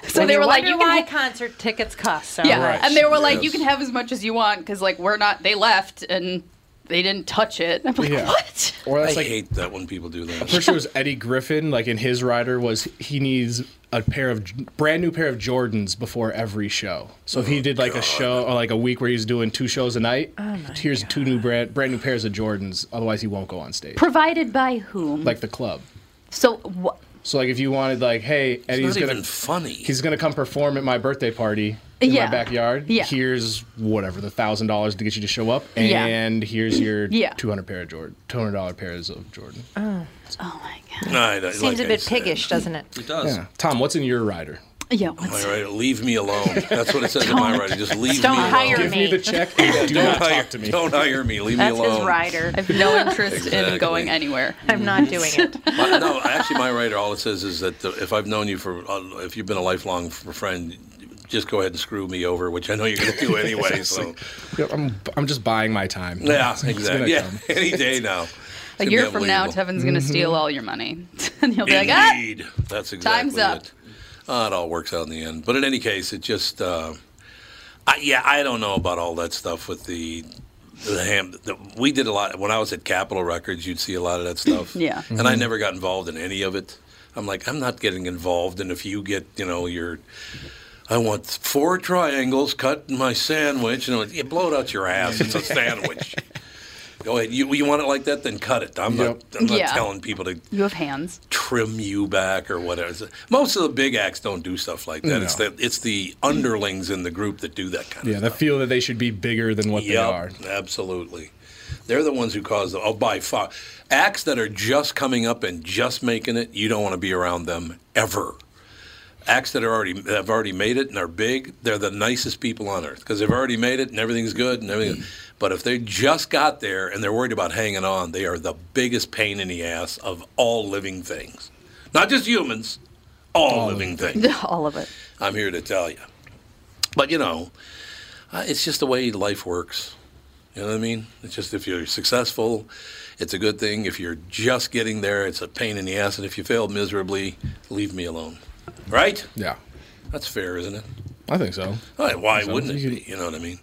Speaker 7: So they were like, you can.
Speaker 4: why
Speaker 7: ha-
Speaker 4: concert tickets cost so
Speaker 7: yeah,
Speaker 4: much.
Speaker 7: and they were like, you
Speaker 1: Yes.
Speaker 7: can have as much as you want because like we're not. They left and they didn't touch it. [LAUGHS] I'm like,
Speaker 6: Yeah.
Speaker 7: what?
Speaker 6: Or
Speaker 1: I
Speaker 6: that's like
Speaker 1: hate that when people do that.
Speaker 6: First, it was Eddie Griffin. Like in his rider was he needs a pair of brand new pair of Jordans before every show. So if
Speaker 1: Oh,
Speaker 6: he did like a show or like a week where he's doing two shows a night,
Speaker 7: Oh
Speaker 6: here's two new brand brand new pairs of Jordans. Otherwise, he won't go on stage.
Speaker 7: Provided by whom?
Speaker 6: Like the club.
Speaker 7: so what?
Speaker 6: So like if you wanted like, hey, Eddie's
Speaker 1: It's not
Speaker 6: gonna
Speaker 1: even funny.
Speaker 6: he's gonna come perform at my birthday party in
Speaker 7: Yeah.
Speaker 6: my backyard.
Speaker 7: Yeah.
Speaker 6: Here's whatever the thousand dollars to get you to show up,
Speaker 7: Yeah.
Speaker 6: and here's your
Speaker 7: Yeah.
Speaker 6: two hundred pair of Jordan, two hundred dollar pairs of Jordan.
Speaker 7: Oh my god.
Speaker 1: I know,
Speaker 4: Seems
Speaker 1: like
Speaker 4: a
Speaker 1: I
Speaker 4: bit
Speaker 1: said.
Speaker 4: piggish, doesn't it?
Speaker 2: It does.
Speaker 6: Yeah. Tom, what's in your rider?
Speaker 7: Yeah. What's
Speaker 1: All right, leave me
Speaker 4: [LAUGHS]
Speaker 1: alone. That's what it says in my writing. Just leave
Speaker 4: Don't
Speaker 1: me alone.
Speaker 4: hire
Speaker 6: Give me
Speaker 4: me.
Speaker 6: the check
Speaker 1: [LAUGHS]
Speaker 6: and do not
Speaker 1: hire,
Speaker 6: talk to me.
Speaker 1: Don't hire me. Leave
Speaker 4: That's
Speaker 1: me alone.
Speaker 4: his rider.
Speaker 7: I have
Speaker 1: [LAUGHS]
Speaker 7: no interest
Speaker 1: Exactly.
Speaker 7: in going anywhere.
Speaker 4: I'm not doing
Speaker 7: [LAUGHS]
Speaker 4: it.
Speaker 1: My- no, actually, my writer, all it says is that uh, if I've known you for, uh, if you've been a lifelong f- friend, just go ahead and screw me over, which I know you're going
Speaker 6: [LAUGHS]
Speaker 1: to do anyway. so,
Speaker 6: Yeah, I'm, I'm just buying my time.
Speaker 1: yeah,
Speaker 6: It's gonna
Speaker 1: exactly. Yeah, [LAUGHS]
Speaker 6: come. Mm-hmm.
Speaker 1: any day now. It's
Speaker 7: A
Speaker 1: gonna
Speaker 7: year
Speaker 1: be
Speaker 7: from now,
Speaker 1: unbelievable.
Speaker 7: Tevin's going to steal all your money. [LAUGHS] and he'll be like, ah!
Speaker 1: Indeed. That's exactly
Speaker 7: Time's up.
Speaker 1: it. Uh, it all works out in the end. But in any case, it just, uh, I, yeah, I don't know about all that stuff with the. The ham, the, we did a lot when I was at Capitol Records. You'd see a lot of that stuff.
Speaker 7: Yeah. Mm-hmm.
Speaker 1: and I never got involved in any of it. I'm like, I'm not getting involved. And if you get, you know, your, I want four triangles cut in my sandwich, and I'm like, yeah, blow it out your ass. It's a sandwich. Go ahead. You, you want it like that? Then cut it. I'm not. I'm not
Speaker 7: Yeah.
Speaker 1: telling people to
Speaker 7: You have hands.
Speaker 1: trim you back or whatever. Most of the big acts don't do stuff like that. It's the it's the underlings in the group that do that kind
Speaker 6: Yeah,
Speaker 1: of
Speaker 6: they feel that they should be bigger than what they are.
Speaker 1: Yep, absolutely. They're the ones who cause the oh by far acts that are just coming up and just making it. You don't want to be around them ever. Acts that are already have already made it and are big. They're the nicest people on earth because they've already made it and everything's good and
Speaker 6: Mm.
Speaker 1: everything. But if they just got there and they're worried about hanging on, they are the biggest pain in the ass of all living things, not just humans, all living things.
Speaker 7: [LAUGHS] all of it.
Speaker 1: I'm here to tell you. But you know, uh, it's just the way life works. You know what I mean? It's just if you're successful, it's a good thing. If you're just getting there, it's a pain in the ass. And if you fail miserably, leave me alone. Right?
Speaker 6: Yeah,
Speaker 1: That's fair, isn't it?
Speaker 6: I think so.
Speaker 1: All right, why wouldn't it be? You know what I mean?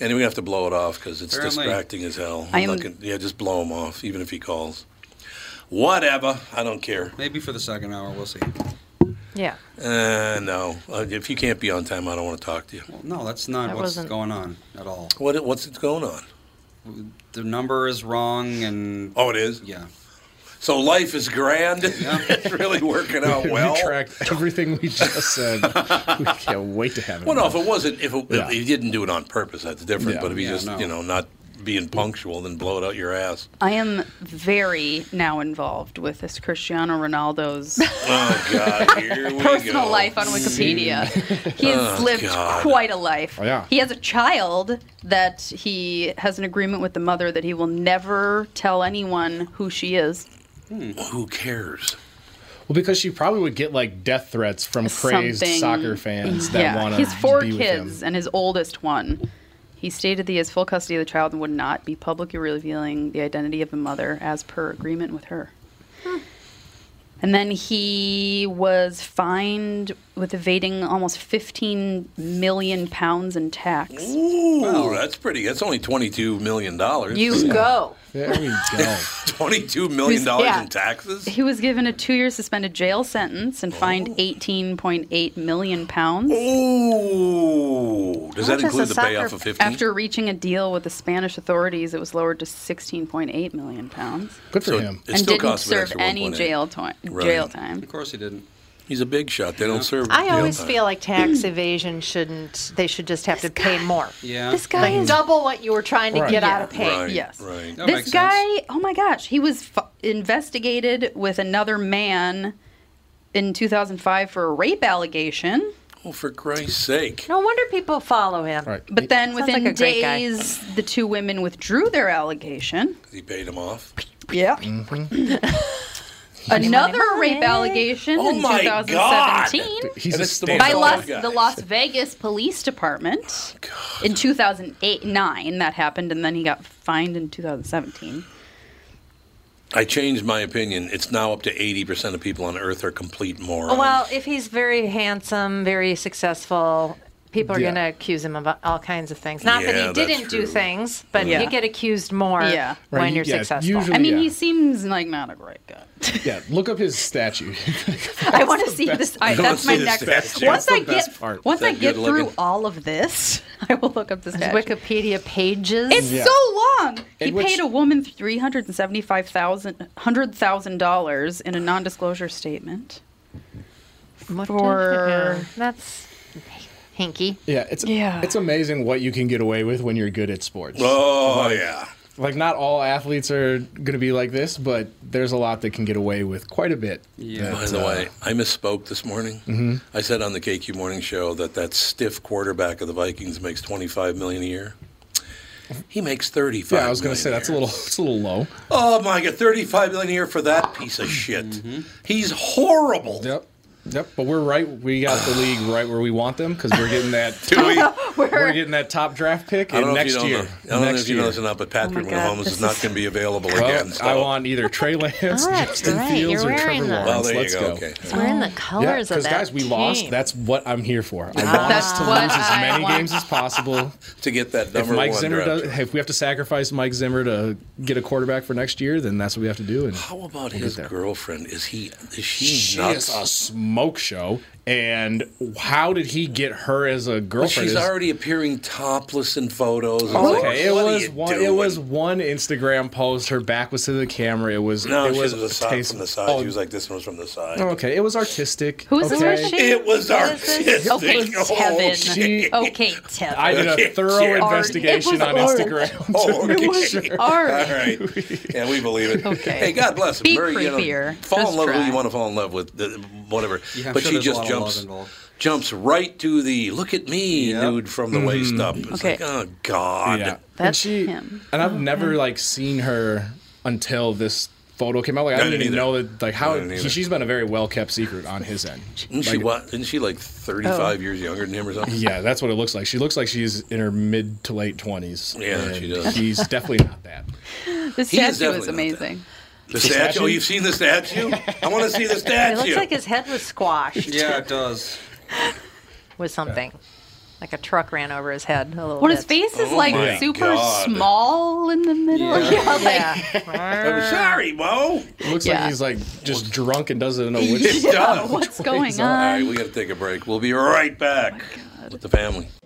Speaker 1: And we have to blow it off because it's
Speaker 2: Apparently.
Speaker 1: distracting as hell.
Speaker 7: I am-
Speaker 1: Not gonna- yeah, just blow him off, even if he calls. Whatever. I don't care.
Speaker 2: Maybe for the second hour, we'll see.
Speaker 4: Yeah.
Speaker 1: Uh, no. Uh, if you can't be on time, I don't want to talk to you.
Speaker 2: Well, no, that's not
Speaker 4: That
Speaker 2: what's
Speaker 4: wasn't-
Speaker 2: going on at all.
Speaker 1: What, what's going on?
Speaker 2: The number is wrong, and
Speaker 1: Oh, it is?
Speaker 2: yeah.
Speaker 1: So life is grand. [LAUGHS] it's really working
Speaker 6: [LAUGHS]
Speaker 1: out well.
Speaker 6: Retract everything we just said.
Speaker 1: [LAUGHS]
Speaker 6: we can't wait to have it.
Speaker 1: Well, no, if it wasn't, if, it,
Speaker 6: Yeah.
Speaker 1: if he didn't do it on purpose, that's different.
Speaker 6: Yeah. Mm.
Speaker 1: But if he's
Speaker 2: Yeah,
Speaker 1: just,
Speaker 2: no.
Speaker 1: you know, not being punctual, then blow it out your ass.
Speaker 7: I am very now involved with this Cristiano Ronaldo's
Speaker 1: Oh
Speaker 6: [LAUGHS]
Speaker 1: God, here
Speaker 7: [LAUGHS]
Speaker 1: we
Speaker 7: personal
Speaker 1: go. Oh,
Speaker 7: life on Wikipedia. [LAUGHS] He has lived
Speaker 1: God.
Speaker 7: quite a life.
Speaker 6: Oh, yeah.
Speaker 7: He has a child that he has an agreement with the mother that he will never tell anyone who she is.
Speaker 1: Hmm, Who cares?
Speaker 6: Well, because she probably would get like death threats from crazed
Speaker 7: Something-
Speaker 6: soccer fans that
Speaker 7: yeah,
Speaker 6: want to.
Speaker 7: he's four
Speaker 6: be
Speaker 7: kids,
Speaker 6: With him.
Speaker 7: and his oldest one. He stated that he has full custody of the child and would not be publicly revealing the identity of the mother as per agreement with her. And then he was fined with evading almost 15 million pounds in tax.
Speaker 1: Ooh, that's pretty. That's only twenty-two million dollars.
Speaker 4: You go.
Speaker 6: There we go.
Speaker 1: [LAUGHS] Twenty-two million dollars
Speaker 7: Yeah.
Speaker 1: in taxes.
Speaker 7: He was given a two-year suspended jail sentence and fined
Speaker 6: Oh.
Speaker 7: 18.8 million pounds
Speaker 1: Ooh, does
Speaker 4: How
Speaker 1: that
Speaker 4: much is
Speaker 1: include
Speaker 4: a
Speaker 1: the
Speaker 4: soccer
Speaker 1: payoff of fifteen?
Speaker 7: after reaching a deal with the Spanish authorities. It was lowered to 16.8 million pounds
Speaker 6: Good for
Speaker 1: So
Speaker 6: him.
Speaker 1: it
Speaker 7: and
Speaker 1: still
Speaker 7: didn't
Speaker 1: costs him an
Speaker 7: serve
Speaker 1: extra
Speaker 7: any
Speaker 1: 1.8.
Speaker 7: jail time.
Speaker 1: Right.
Speaker 7: Jail time.
Speaker 2: Of course he didn't.
Speaker 1: He's a big shot. They don't serve.
Speaker 4: I
Speaker 1: jail
Speaker 4: always
Speaker 1: time.
Speaker 4: feel
Speaker 3: [CLEARS THROAT]
Speaker 4: like tax evasion shouldn't. They should just have to pay more.
Speaker 2: Yeah.
Speaker 4: This guy is double what you were trying to
Speaker 6: Right.
Speaker 4: get
Speaker 7: Yeah.
Speaker 4: out of paying.
Speaker 1: Right,
Speaker 7: yes.
Speaker 1: Right.
Speaker 2: That
Speaker 7: this
Speaker 2: makes
Speaker 7: guy,
Speaker 2: sense.
Speaker 7: oh my gosh, he was f- investigated with another man in 2005 for a rape allegation.
Speaker 1: Oh, for Christ's sake!
Speaker 3: No wonder people follow him.
Speaker 6: All right.
Speaker 7: But then
Speaker 4: Sounds
Speaker 7: within
Speaker 4: like a great guy.
Speaker 7: days, the two women withdrew their allegation.
Speaker 1: He paid him off.
Speaker 7: Yeah.
Speaker 6: Mm-hmm.
Speaker 7: Another rape allegation
Speaker 1: Oh
Speaker 7: in
Speaker 1: my
Speaker 7: 2017
Speaker 6: He's
Speaker 1: And
Speaker 6: a
Speaker 1: it's the
Speaker 6: stand-
Speaker 7: by
Speaker 1: Oh,
Speaker 7: Las,
Speaker 1: guys.
Speaker 7: the Las Vegas Police Department in 2008 9. That happened, and then he got fined in 2017.
Speaker 1: I changed my opinion. It's now up to eighty percent of people on Earth are complete
Speaker 4: Oh,
Speaker 1: morons.
Speaker 3: Well, if he's very handsome, very successful, people are
Speaker 6: Yeah.
Speaker 3: going to accuse him of all kinds of things. Not
Speaker 1: Yeah,
Speaker 3: that he
Speaker 1: that's
Speaker 3: didn't do
Speaker 1: true.
Speaker 3: things, but
Speaker 7: Yeah.
Speaker 3: you get accused more
Speaker 7: Yeah.
Speaker 6: Right,
Speaker 3: when
Speaker 6: you-
Speaker 3: you're
Speaker 6: yeah,
Speaker 3: successful.
Speaker 6: usually-
Speaker 7: I mean,
Speaker 6: Yeah.
Speaker 7: he seems like not a great guy. [LAUGHS]
Speaker 6: yeah, look up his statue. [LAUGHS]
Speaker 7: I want to see
Speaker 6: best
Speaker 7: this. I,
Speaker 1: I wanna
Speaker 7: that's my
Speaker 1: see the
Speaker 7: next.
Speaker 1: statue.
Speaker 7: Once
Speaker 1: That's
Speaker 7: I
Speaker 1: the
Speaker 7: get
Speaker 1: best part.
Speaker 7: once
Speaker 1: Is
Speaker 7: I
Speaker 1: that
Speaker 7: get
Speaker 1: good
Speaker 7: through
Speaker 1: looking?
Speaker 7: all of this, [LAUGHS] I will look up this.
Speaker 3: His
Speaker 7: statue.
Speaker 3: Wikipedia pages.
Speaker 7: It's
Speaker 6: Yeah.
Speaker 7: so long. He
Speaker 6: And which-
Speaker 7: paid a woman three hundred and seventy-five thousand, hundred thousand dollars in a non-disclosure statement.
Speaker 3: What did-
Speaker 7: for-
Speaker 3: yeah, that's hinky.
Speaker 6: yeah, it's
Speaker 7: Yeah.
Speaker 6: it's amazing what you can get away with when you're good at sports.
Speaker 1: oh yeah.
Speaker 6: Like not all athletes are going to be like this, but there's a lot that can get away with quite a bit.
Speaker 2: Yeah.
Speaker 6: that,
Speaker 1: By the
Speaker 6: uh, Mm-hmm.
Speaker 1: way, I misspoke this morning. I said on the KQ Morning Show that that stiff quarterback of the Vikings makes twenty five million a year. He makes thirty five.
Speaker 6: yeah, I was going to say that's a little it's a little low.
Speaker 1: Oh my God, thirty five million a year for that piece of shit.
Speaker 6: Mm-hmm.
Speaker 1: He's horrible.
Speaker 6: Yep. Yep, but we're right. We got the league right where we want them because we're getting that.
Speaker 1: [LAUGHS] Do we?
Speaker 6: [LAUGHS] we're getting that top draft pick
Speaker 1: I
Speaker 6: and
Speaker 1: don't know
Speaker 6: next
Speaker 1: if you
Speaker 6: year.
Speaker 1: Know, I don't know
Speaker 6: next
Speaker 1: if you know
Speaker 6: year.
Speaker 1: this or not, but Patrick
Speaker 4: Oh, God,
Speaker 1: Mahomes
Speaker 4: this
Speaker 1: is not
Speaker 4: is-
Speaker 1: going to be available
Speaker 6: Well,
Speaker 1: again. So.
Speaker 6: I want
Speaker 3: [LAUGHS]
Speaker 6: either Trey Lance,
Speaker 3: Oh, that's
Speaker 6: Justin
Speaker 3: right.
Speaker 6: Fields,
Speaker 3: You're
Speaker 6: or Trevor
Speaker 3: wearing
Speaker 6: Lawrence.
Speaker 3: that.
Speaker 1: Well, Oh, there you
Speaker 6: Let's
Speaker 1: go.
Speaker 6: go.
Speaker 1: Okay.
Speaker 3: We're in the
Speaker 6: Yeah,
Speaker 3: colors of
Speaker 6: because
Speaker 3: that
Speaker 6: guys, we lost.
Speaker 3: team.
Speaker 6: That's what I'm here for. I
Speaker 7: Ah.
Speaker 6: want us to
Speaker 4: Um,
Speaker 7: That's
Speaker 6: lose
Speaker 7: what
Speaker 6: as
Speaker 7: I
Speaker 6: many
Speaker 7: want.
Speaker 6: games as possible.
Speaker 1: to get that
Speaker 6: If
Speaker 1: number
Speaker 6: Mike
Speaker 1: one
Speaker 6: Zimmer
Speaker 1: draft
Speaker 6: does,
Speaker 1: choice.
Speaker 6: if we have to sacrifice Mike Zimmer to get a quarterback for next year, then that's what we have to do. And
Speaker 1: How about his girlfriend? Is he? Is she, nuts?
Speaker 6: is a smoke show. And how did he get her as a
Speaker 1: Well,
Speaker 6: girlfriend?
Speaker 1: she's
Speaker 6: Is- Oh,
Speaker 1: already appearing topless in photos. and it's like,
Speaker 6: Okay, it
Speaker 1: what are
Speaker 6: was
Speaker 1: you
Speaker 6: one. It
Speaker 1: doing?
Speaker 6: was one Instagram post. Her back was to the camera. It was
Speaker 1: No,
Speaker 6: it
Speaker 1: she
Speaker 6: was
Speaker 1: was a
Speaker 6: a
Speaker 1: side
Speaker 6: taste-
Speaker 1: from the side.
Speaker 6: Oh,
Speaker 1: She was like, "This one's from the side."
Speaker 6: okay, it was artistic.
Speaker 4: Who is this
Speaker 6: okay?
Speaker 4: person?
Speaker 1: It was artistic.
Speaker 7: Okay,
Speaker 1: Oh,
Speaker 7: Tevin.
Speaker 1: shit.
Speaker 7: okay, Tevin.
Speaker 6: I did
Speaker 1: Okay,
Speaker 6: a
Speaker 1: sure.
Speaker 6: thorough
Speaker 1: Or-
Speaker 6: investigation
Speaker 7: it was
Speaker 6: on
Speaker 7: orange. [LAUGHS]
Speaker 6: Instagram.
Speaker 1: Oh, okay.
Speaker 7: All
Speaker 1: All
Speaker 7: right.
Speaker 1: right. Yeah, we believe it.
Speaker 7: Okay.
Speaker 1: Hey, God bless him.
Speaker 7: Be
Speaker 1: Very, you know,
Speaker 7: creepier.
Speaker 1: fall
Speaker 7: Just
Speaker 1: in love with
Speaker 7: try.
Speaker 1: who you want to fall in love with, uh, whatever.
Speaker 2: Yeah, I'm
Speaker 1: but
Speaker 2: sure
Speaker 1: she
Speaker 2: there's a
Speaker 1: just
Speaker 2: lot of love
Speaker 1: jumps
Speaker 2: involved.
Speaker 1: jumps right to the look at me
Speaker 2: Yep.
Speaker 1: nude from the waist up. It's
Speaker 7: Okay.
Speaker 1: like, oh God.
Speaker 6: Yeah, and
Speaker 7: That's
Speaker 6: she,
Speaker 7: him. Oh,
Speaker 6: And I've never like seen her until this photo came out. Like I
Speaker 1: I
Speaker 6: didn't
Speaker 1: didn't
Speaker 6: even know
Speaker 1: either.
Speaker 6: that. Like
Speaker 1: I
Speaker 6: how
Speaker 1: didn't
Speaker 6: he,
Speaker 1: either.
Speaker 6: she's been a very well kept secret on his end.
Speaker 1: Isn't she what? Isn't she like
Speaker 7: Oh.
Speaker 1: 35 years younger than him or something?
Speaker 6: Yeah, that's what it looks like. She looks like she's in her mid to late twenties.
Speaker 1: Yeah,
Speaker 6: and
Speaker 1: she does. [LAUGHS]
Speaker 6: He's definitely not that.
Speaker 7: This
Speaker 1: He is
Speaker 7: statue is,
Speaker 1: definitely not
Speaker 7: amazing.
Speaker 1: The statue? Oh, you've seen the statue? I want to
Speaker 7: [LAUGHS]
Speaker 1: see the
Speaker 3: It looks
Speaker 1: statue.
Speaker 3: like his head was squashed
Speaker 2: Yeah, it does.
Speaker 3: with something. Like a truck ran over his head a little
Speaker 7: What
Speaker 3: bit.
Speaker 7: his face is
Speaker 1: Oh my
Speaker 7: like super
Speaker 1: God.
Speaker 7: small in the middle.
Speaker 2: Yeah.
Speaker 7: [LAUGHS] Yeah, like
Speaker 1: [LAUGHS] I'm
Speaker 3: Yeah.
Speaker 1: sorry, Mo.
Speaker 6: It looks
Speaker 7: Yeah.
Speaker 6: like he's like just drunk and doesn't
Speaker 7: [LAUGHS]
Speaker 6: know which.
Speaker 1: It Oh! [LAUGHS] does.
Speaker 6: [LAUGHS]
Speaker 7: what's
Speaker 6: is
Speaker 7: going
Speaker 1: All
Speaker 6: up?
Speaker 7: on? Oh
Speaker 1: right, we got to take a break. We'll be right back with the family.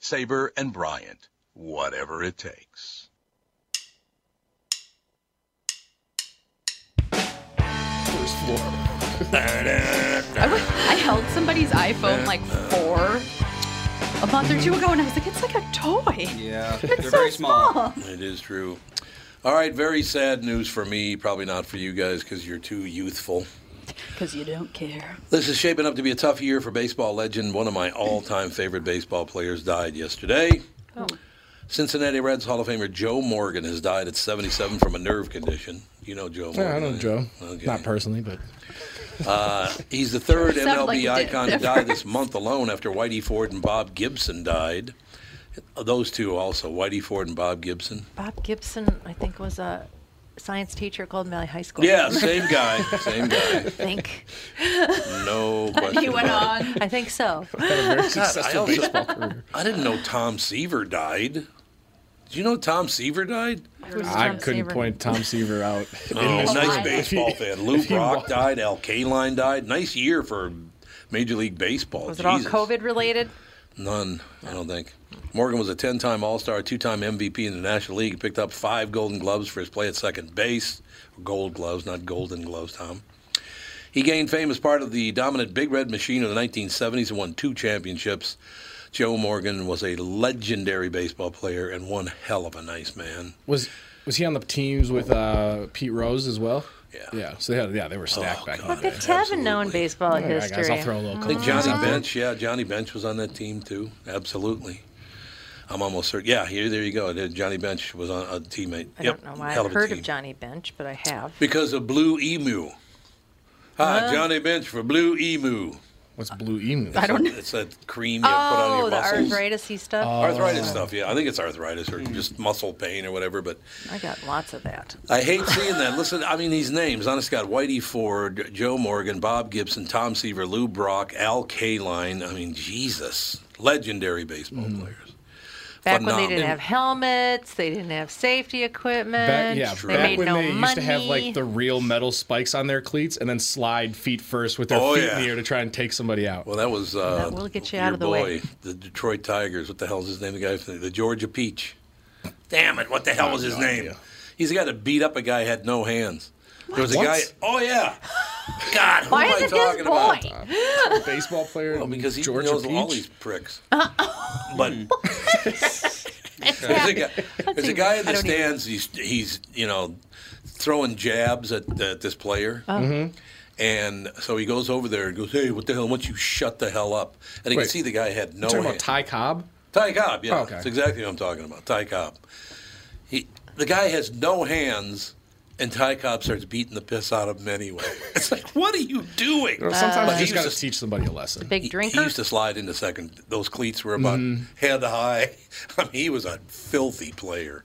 Speaker 9: Saber and Bryant, whatever it takes.
Speaker 6: first floor. [LAUGHS]
Speaker 7: I, w- I held somebody's iPhone like four a month or two ago, and I was like, it's like a toy.
Speaker 2: Yeah,
Speaker 7: [LAUGHS] It's so small.
Speaker 1: It is true. All right, very sad news for me, probably not for you guys because you're too youthful.
Speaker 7: Because you don't care.
Speaker 1: This is shaping up to be a tough year for baseball legend. One of my all time favorite baseball players died yesterday.
Speaker 7: Oh.
Speaker 1: Cincinnati Reds Hall of Famer Joe Morgan has died at 77 from a nerve condition. You know Joe Morgan.
Speaker 6: Yeah, I don't know
Speaker 1: eh?
Speaker 6: Joe.
Speaker 1: Okay.
Speaker 6: Not personally, but
Speaker 1: Uh, he's the third
Speaker 6: Sounded
Speaker 1: MLB
Speaker 6: like you did it
Speaker 1: icon to die
Speaker 6: different.
Speaker 1: this month alone after Whitey Ford and Bob Gibson died. Those two also, Whitey Ford and Bob Gibson.
Speaker 4: Bob Gibson, I think, was a science teacher at Golden Valley High School. [LAUGHS]
Speaker 1: Yeah, same guy. Same
Speaker 4: I
Speaker 1: guy.
Speaker 4: think.
Speaker 6: [LAUGHS]
Speaker 1: No [LAUGHS] question. about it.
Speaker 4: I think
Speaker 1: [LAUGHS]
Speaker 4: so.
Speaker 1: God, I also- I didn't know Tom Seaver died. Did you know Tom Seaver died?
Speaker 6: I couldn't point Tom Seaver out.
Speaker 1: Oh,
Speaker 6: in this
Speaker 1: nice
Speaker 6: room.
Speaker 1: baseball fan. Lou
Speaker 6: [LAUGHS] If he
Speaker 1: Brock
Speaker 6: walked-
Speaker 1: died. Al Kaline died. Nice year for Major League Baseball.
Speaker 4: Was it all
Speaker 1: Jesus.
Speaker 4: COVID related?
Speaker 1: None, I don't think. Morgan was a 10 time All Star, two time MVP in the National League. He picked up five golden gloves for his play at second base. Gold gloves, not golden gloves, Tom. He gained fame as part of the dominant Big Red Machine of the 1970s and won two championships. Joe Morgan was a legendary baseball player and one hell of a nice man.
Speaker 6: Was was he on the teams with uh, Pete Rose as well? Yeah. Yeah. So they had, yeah, they were stacked back
Speaker 1: God.
Speaker 6: then.
Speaker 4: Good to have a known baseball
Speaker 6: All right, guys,
Speaker 4: history.
Speaker 6: I'll throw a little
Speaker 1: I think
Speaker 6: Cool.
Speaker 1: Johnny
Speaker 6: Something.
Speaker 1: Bench, yeah, Johnny Bench was on that team too. Absolutely. I'm almost certain. Yeah, here, there you go. Johnny Bench was on a teammate.
Speaker 4: I
Speaker 1: yep,
Speaker 4: don't know why
Speaker 1: hell
Speaker 4: I've
Speaker 1: a
Speaker 4: heard
Speaker 1: team.
Speaker 4: of Johnny Bench, but I have.
Speaker 1: Because of Blue Emu. Hi,
Speaker 4: Huh?
Speaker 1: Johnny Bench for Blue Emu.
Speaker 6: What's Blue Emu?
Speaker 1: I don't know. It's that cream you put on
Speaker 4: oh,
Speaker 1: your
Speaker 4: the
Speaker 1: muscles.
Speaker 4: arthritis stuff. Oh,
Speaker 1: Arthritis stuff, yeah. I think it's arthritis or just muscle pain or whatever. But
Speaker 4: I got lots of that.
Speaker 1: I hate seeing that. Listen, I mean, these names, honest to God, Whitey Ford, Joe Morgan, Bob Gibson, Tom Seaver, Lou Brock, Al Kaline. I mean, Jesus. Legendary baseball
Speaker 6: Mm.
Speaker 1: players.
Speaker 4: Back when they
Speaker 1: Phenomenal.
Speaker 4: didn't have helmets, they didn't have safety equipment.
Speaker 6: Back, yeah,
Speaker 4: they
Speaker 6: back
Speaker 4: made
Speaker 6: when
Speaker 4: no
Speaker 6: they
Speaker 4: money.
Speaker 6: used to have
Speaker 4: [LAUGHS]
Speaker 6: like the real metal spikes on their cleats and then slide feet first with their
Speaker 1: Oh,
Speaker 6: feet
Speaker 1: yeah.
Speaker 6: in the air to try and take somebody out.
Speaker 1: Well, that was uh,
Speaker 4: That will get you
Speaker 1: your
Speaker 4: out of the
Speaker 1: boy,
Speaker 4: way.
Speaker 1: the Detroit Tigers. What the hell's his name? The guy from the Georgia Peach. Damn it! What the hell was his name? He's the guy that beat up a guy who had no hands. There was a
Speaker 6: What?
Speaker 1: guy. Oh yeah. God, who am I talking about?
Speaker 6: baseball player.
Speaker 1: Well, because he
Speaker 6: Georgia
Speaker 1: knows all
Speaker 6: Peach?
Speaker 1: these
Speaker 4: [LAUGHS]
Speaker 1: pricks.
Speaker 4: Oh.
Speaker 1: But there's a guy, there's a guy in
Speaker 4: I
Speaker 1: the
Speaker 4: don't even-
Speaker 1: stands. He's he's you know throwing jabs at, at this player.
Speaker 4: Oh.
Speaker 6: Mm-hmm.
Speaker 4: Mhm.
Speaker 1: And so he goes over there and goes, "Hey, what the hell? Why don't you shut the hell up?" And he
Speaker 6: Wait.
Speaker 1: can see the guy had no.
Speaker 6: You talking about
Speaker 1: hand.
Speaker 6: Ty Cobb?
Speaker 1: Ty Cobb, yeah.
Speaker 6: Oh, okay.
Speaker 1: That's exactly what I'm talking about. Ty Cobb. He, the guy has no hands, and Ty Cobb starts beating the piss out of him anyway. It's like, what are you doing?
Speaker 7: Uh,
Speaker 6: You know, sometimes
Speaker 1: But
Speaker 6: you
Speaker 1: he
Speaker 6: just got
Speaker 1: used
Speaker 6: to teach somebody a lesson.
Speaker 4: Uh,
Speaker 6: Mm-hmm.
Speaker 4: Big
Speaker 1: to,
Speaker 4: drinker.
Speaker 1: he used to slide into second. Those cleats were about head high. [LAUGHS] I mean, he was a filthy player.